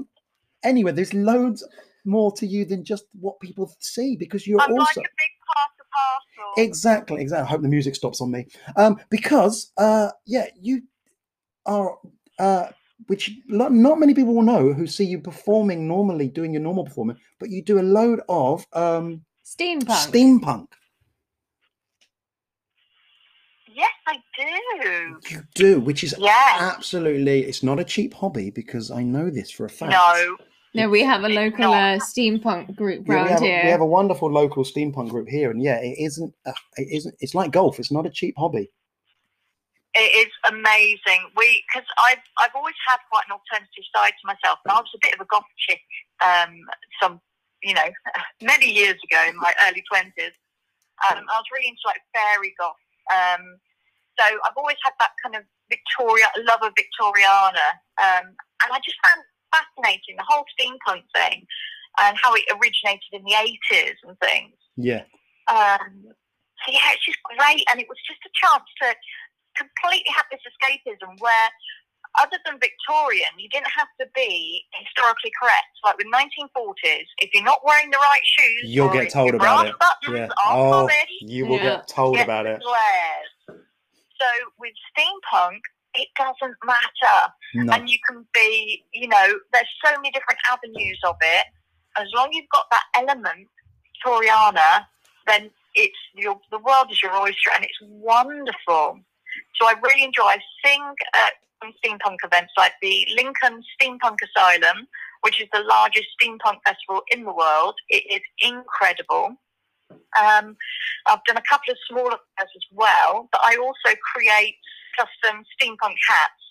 Anyway, there's loads more to you than just what people see because you're I'm also like a big pasta parcel. exactly exactly. I hope the music stops on me. Um. Because uh. Yeah. You are uh. Which lo- not many people will know who see you performing normally, doing your normal performance, but you do a load of um, Steampunk. steampunk. yes, I do. You do, which is Yeah. absolutely it's not a cheap hobby because i know this for a fact No. no, we have a It's local not. uh, steampunk group Yeah, we, round have, a- here. we have a wonderful local steampunk group here and yeah it isn't a, it isn't it's like golf it's not a cheap hobby It is amazing. We because I've I've always had quite an alternative side to myself, and I was a bit of a goth chick. Um, some you know, many years ago in my early twenties, um, I was really into like fairy goth. Um, so I've always had that kind of Victoria love of Victoriana, um, and I just found it fascinating the whole steampunk thing and how it originated in the eighties and things. yeah Um, so yeah, it's just great, and it was just a chance to completely have this escapism where, other than Victorian, you didn't have to be historically correct. Like with 1940s, if you're not wearing the right shoes, You'll or get if told your about brass it. Buttons Yeah. are Oh, solid, you will Yeah. get told get about it flares. So with steampunk, it doesn't matter no and you can be, you know, there's so many different avenues of it. As long as you've got that element, Victoriana, then it's your, the world is your oyster, and it's wonderful. So I really enjoy. I sing at some steampunk events, like the Lincoln Steampunk Asylum, which is the largest steampunk festival in the world. It is incredible. Um, I've done a couple of smaller fairs as well, but I also create custom steampunk hats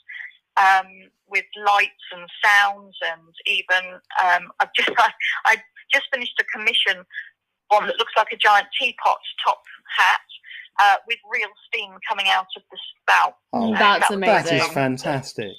um, with lights and sounds, and even um, I've just I, I just finished a commission one that looks like a giant teapot top hat uh, with real steam coming out of the spout. oh, That's That was that is amazing. fantastic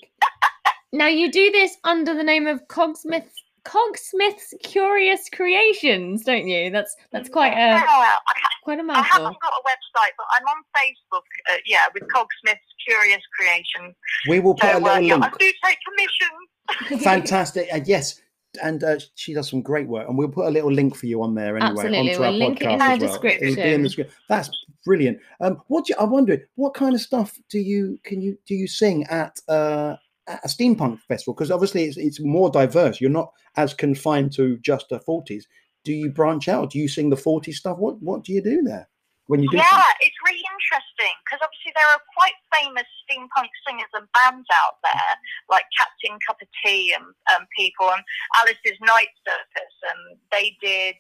Now you do this under the name of Cogsmith Cogsmith's Curious Creations, don't you? That's that's quite a Yeah, I, ha- quite a I mouthful. haven't got a website, but I'm on Facebook. Uh, yeah, with Cogsmith's Curious Creation. we will put a So uh, little yeah, I link do take commissions. fantastic and yes and uh, she does some great work and we'll put a little link for you on there anyway Absolutely, onto we'll our link it podcast in our as well. it'll be in description. the description that's brilliant um what do you, i'm wondering what kind of stuff do you can you do you sing at uh at a steampunk festival? Because obviously it's, it's more diverse. You're not as confined to just the 40s. Do you branch out? Do you sing the 40s stuff? What what do you do there when you do? Yeah, something? it's really interesting because obviously there are quite famous steampunk singers and bands out there, like Captain Cup of Tea and, and people, and Alice's Night Circus, and they did.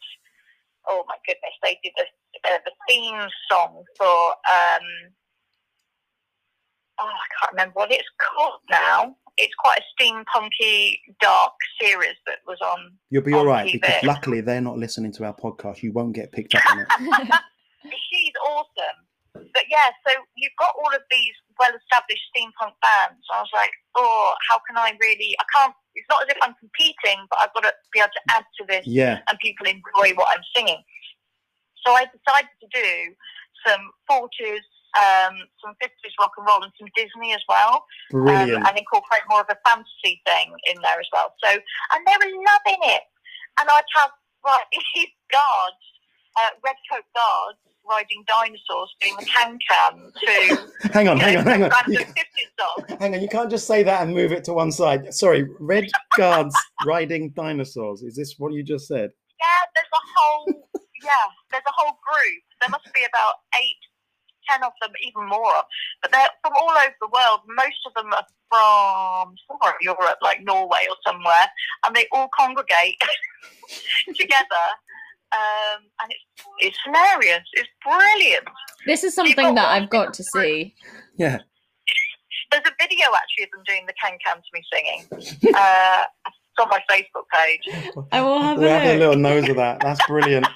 Oh my goodness, they did the uh, the theme song for. Um, oh, I can't remember what it's called now. It's quite a steampunky, dark series that was on. You'll be all on right TV. because luckily they're not listening to our podcast. You won't get picked up on it. she's awesome. But yeah, so you've got all of these well-established steampunk bands. I was like, oh, how can I really? I can't. It's not as if I'm competing, but I've got to be able to add to this, Yeah, and people enjoy what I'm singing. So I decided to do some 40s, um, some 50s rock and roll, and some Disney as well brilliant. um, and incorporate more of a fantasy thing in there as well. So, and they were loving it. And I'd have like these guards, uh, red coat guards, riding dinosaurs, doing the can can to hang on, hang on, hang on. You, random fifties songs. hang on, you can't just say that and move it to one side. Sorry, red guards riding dinosaurs. Is this what you just said? Yeah, there's a whole yeah, there's a whole group. There must be about eight, ten of them, even more. But they're from all over the world. Most of them are from somewhere in Europe, like Norway or somewhere, and they all congregate together. Um, and it's it's hilarious. It's brilliant. This is People something that want I've got to see. Yeah, There's a video actually of them doing the can can to me singing. Uh, it's on my Facebook page. I will have we're having a a look. little nose of that. That's brilliant.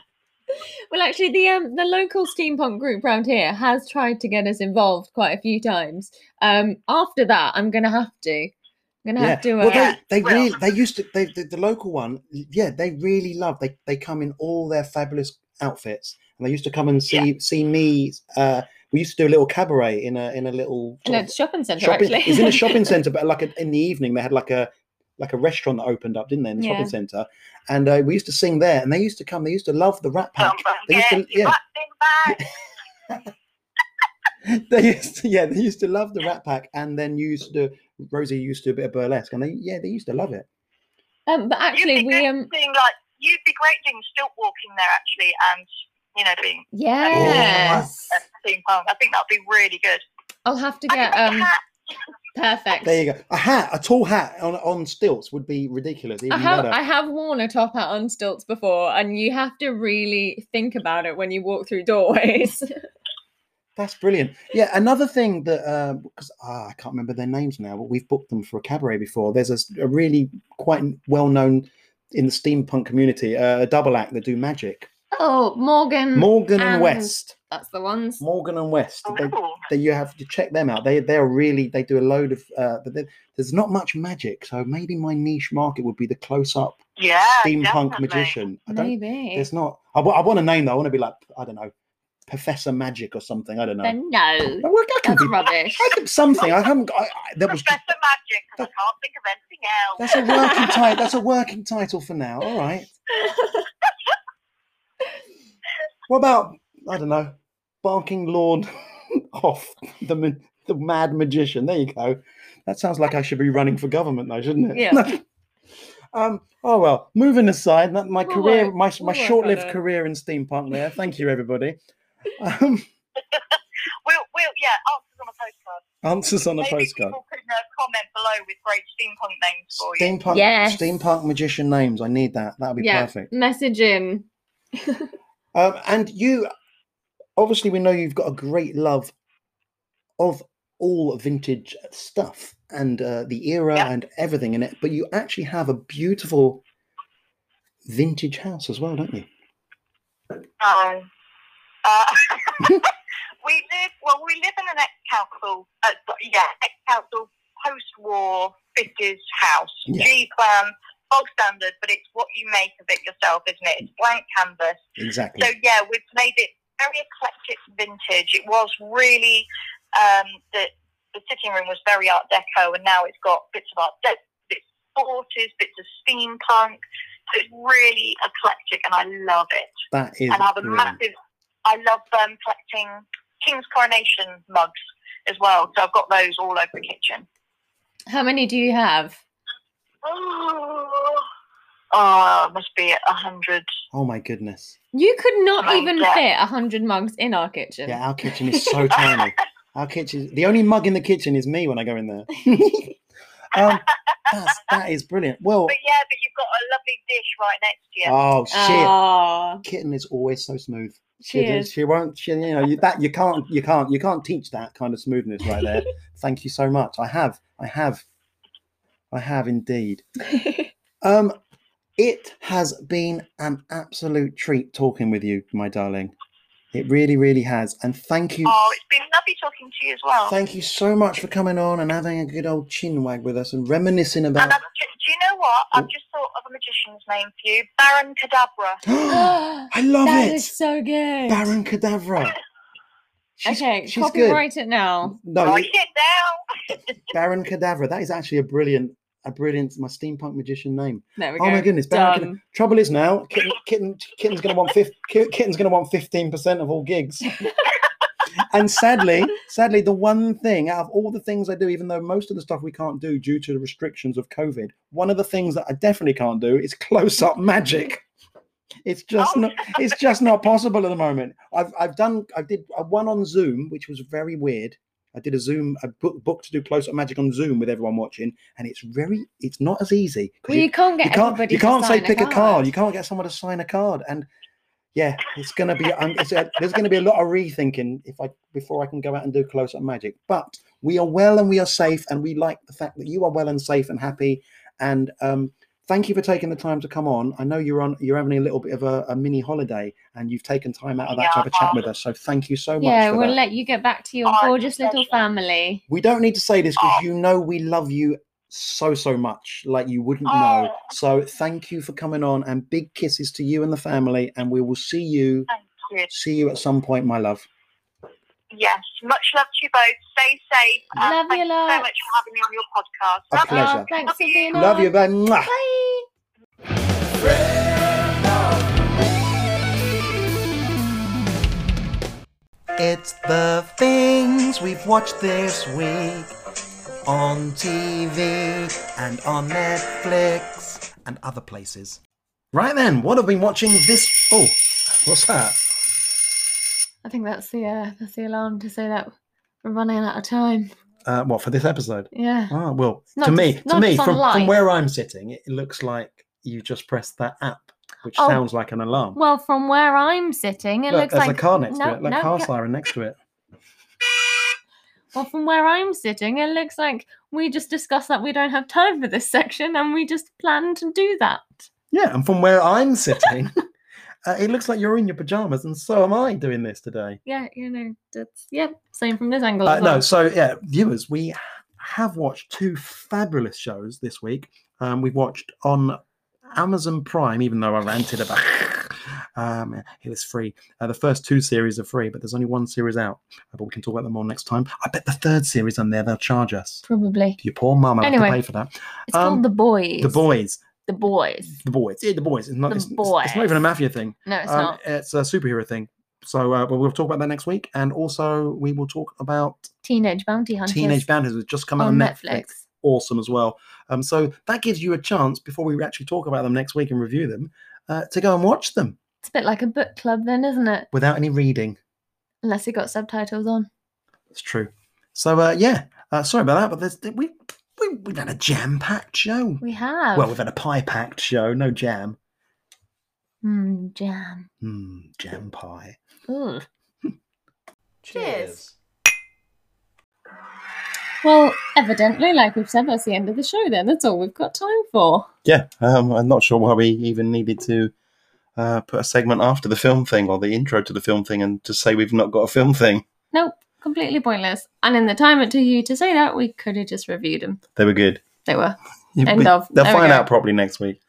Well, actually, the um, the local steampunk group round here has tried to get us involved quite a few times. Um, after that, I'm gonna have to. I'm gonna have to. Uh, Well, they, they Well- really they used to they the, the local one. Yeah, they really love. They they come in all their fabulous outfits, and they used to come and see see me. Uh, we used to do a little cabaret in a in a little in sort a of shopping centre, shopping. actually. It's in a shopping centre, but like a, in the evening they had like a like a restaurant that opened up, didn't they? In the Yeah. shopping centre, and uh, we used to sing there, and they used to come. They used to love the Rat Pack. Don't They used to, forget, you yeah, wrapped in bags. they used to, yeah, they used to love the Rat Pack, and then used to Rosie used to do a bit of burlesque, and they yeah, they used to love it. um, but actually, you'd be we great um, doing like you'd be great doing stilt walking there actually, and you know being yes, a steampunk. I think that'd be really good. I'll have to I get think um, that- perfect. There you go. A hat, a tall hat on, on stilts would be ridiculous. Even I have better. Uh-huh. I have worn a top hat on stilts before, and you have to really think about it when you walk through doorways. That's brilliant. Yeah, another thing that because ah, I can't remember their names now, but we've booked them for a cabaret before. There's a, s- a really quite well known in the steampunk community uh, a double act that do magic. Oh, Mm. Morgan. Morgan and and- West. That's the ones. Morgan and West. Oh. They, Ooh. they, you have to check them out. They they're really they do a load of uh, but they- there's not much magic, so maybe my niche market would be the close up yeah, steampunk definitely. magician. I don't Uh, Maybe. It's not. I, wa- I want a name though. I want to be like I don't know, Professor Magic or something. I don't know. Then no. I, work- I can That's do rubbish. I can, something. I haven't. got- I, I, that was. Professor Magic. 'cause I can't think of anything else. That's a working title. That's a working title for now. All right. What about I don't know, barking lord off the ma- the mad magician? There you go. That sounds like I should be running for government though, shouldn't it? Yeah. um. Oh well. Moving aside, that my We'll career, work- my we'll my work on short-lived it. career in steampunk. There. Thank you, everybody. Um, We'll, we'll, yeah, answers answers on on a postcard. a Maybe postcard. people can uh, comment below with great steampunk names for you. Steampunk, Yes. steampunk magician names. I need that. That'll be Yeah. perfect. Message in. Um, and you, obviously, we know you've got a great love of all vintage stuff and uh, the era Yeah. and everything in it. But you actually have a beautiful vintage house as well, don't you? Oh. Uh, we live well. We live in an ex-council, uh, yeah, ex-council post-war fifties house. Yeah. G plan, bog standard, but it's what you make of it yourself, isn't it? It's blank canvas. Exactly. So yeah, we've made it very eclectic vintage. It was really um, the the sitting room was very Art Deco, and now it's got bits of Art Deco, bits of forties, bits of steampunk. So it's really eclectic, and I love it that is and I have a brilliant. massive. I love um, collecting King's Coronation mugs as well, so I've got those all over the kitchen. How many do you have? Oh, oh it must be a hundred. Oh my goodness. You could not Oh, even yeah. fit a hundred mugs in our kitchen. Yeah, our kitchen is so tiny. Our kitchen, the only mug in the kitchen is me when I go in there. um, that's, that is brilliant. Well, But yeah, but you've got a lovely dish right next to you. oh shit, Oh, kitten is always so smooth. She, cheers. she won't. She, you know you, that you can't. You can't. You can't teach that kind of smoothness right there. Thank you so much. I have. I have. I have indeed. Um, it has been an absolute treat talking with you, my darling. It really, really has. And thank you. Oh, it's been lovely talking to you as Oh. well. Thank you so much for coming on and having a good old chin wag with us and reminiscing And about. I've, ju- do you know what? I've just thought of a magician's name for you, Baron Cadabra. I that love it, is so good. Baron Cadavra. She's- okay, she's good. copyright it now. No, Write you- it down. Baron Cadavra. That is actually a brilliant, a brilliant, my steampunk magician name. There we Oh go. my goodness, Baron Cadavra. Done. Trouble is now, kitten, kitten, kitten's going to want fif- ki- kitten's going to want fifteen percent of all gigs. and sadly, sadly, the one thing out of all the things I do, even though most of the stuff we can't do due to the restrictions of COVID, one of the things that I definitely can't do is close up magic. It's just Oh. not, it's just not possible at the moment. I've I've done I did I one on Zoom, which was very weird. I did a Zoom I book book to do close up magic on Zoom with everyone watching, and it's very it's not as easy. 'cause Well, you can't get you can't everybody. you can't to say sign pick a a card. You can't get someone to sign a card, and yeah, it's gonna be um, it's a, there's gonna be a lot of rethinking if I before I can go out and do close up magic. But we are well and we are safe, and we like the fact that you are well and safe and happy. And um, thank you for taking the time to come on. I know you're on you're having a little bit of a, a mini holiday, and you've taken time out of that to have a chat with us. So thank you so much. Yeah, for we'll that. let you get back to your Oh, gorgeous little pleasure. family. We don't need to say this because Oh. you know we love you so so much, like you wouldn't know. Oh. So thank you for coming on, and big kisses to you and the family, and we will see you Thank you. see you at some point, my love. Yes, much love to you both. Stay safe. and Love you thank so lots. much for having me on your podcast. A Love you. pleasure. Oh, thanks for Love you. being on. Love you, babe. Mwah. Bye. It's the things we've watched this week on TV and on Netflix and other places. Right then, what have we been watching this? Oh, what's that? I think that's the uh, that's the alarm to say that we're running out of time. Uh, what for this episode? Yeah. Ah, well, Not to just- me, to not me, just from, from online. where I'm sitting, it looks like you just pressed that app, which Oh. sounds like an alarm. Well, from where I'm sitting, it Look, looks there's like a car next no, to it, like no, car yeah. siren next to it. Well, from where I'm sitting, it looks like we just discussed that we don't have time for this section, and we just plan to do that. Yeah, and from where I'm sitting, uh, it looks like you're in your pajamas, and so am I doing this today. Yeah, you know, that's yep. Same from this angle. Uh, as well. no, so yeah, viewers, we have watched two fabulous shows this week. Um, we've watched on Amazon Prime, even though I ranted about um, it was free. Uh, the first two series are free, but there's only one series out. Uh, But we can talk about them more next time. I bet the third series on there they'll charge us. probably. Your poor mum, I'll have Anyway, to pay for that. It's Um, called the boys. The boys, The boys. the boys, yeah, the boys. It's not, The it's, it's- it's not even a boys. mafia thing. No, it's um, not. It's a superhero thing. So uh, well, we'll talk about that next week, and also we will talk about Teenage bounty hunters. Teenage Bounties, which just come out on on Netflix. Netflix. Awesome as well. Um, so that gives you a chance before we actually talk about them next week and review them uh, to go and watch them It's a bit like a book club, then, isn't it? without any reading. Unless it got subtitles on. It's true. So uh, yeah, uh, sorry about that, but there's, we, we we've had a jam packed show. We have. Well, we've had a pie packed show. No jam. Mm, jam. Hmm, jam pie. Ooh. Cheers. Well, evidently, like we've said, that's the end of the show then. That's all we've got time for. Yeah, um, I'm not sure why we even needed to uh, put a segment after the film thing or the intro to the film thing and to say we've not got a film thing. Nope, completely pointless. And in the time it took you to say that, we could have just reviewed them. They were good. They were. You- End we- of. They'll There we find go. out probably next week.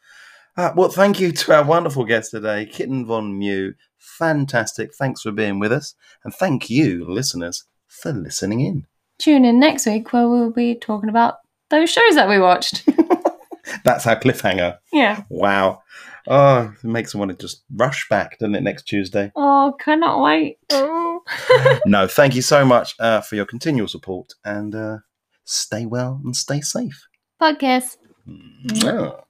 Uh, well, thank you to our wonderful guest today, Kitten Von Mew. Fantastic. Thanks for being with us. And thank you, listeners, for listening in. Tune in next week where we'll be talking about those shows that we watched. That's our cliffhanger. yeah. Wow. Oh, it makes me want to just rush back, doesn't it, next Tuesday? Oh, cannot wait. Oh. no, thank you so much uh, for your continual support and uh, Stay well and stay safe. Podcast. Mwah.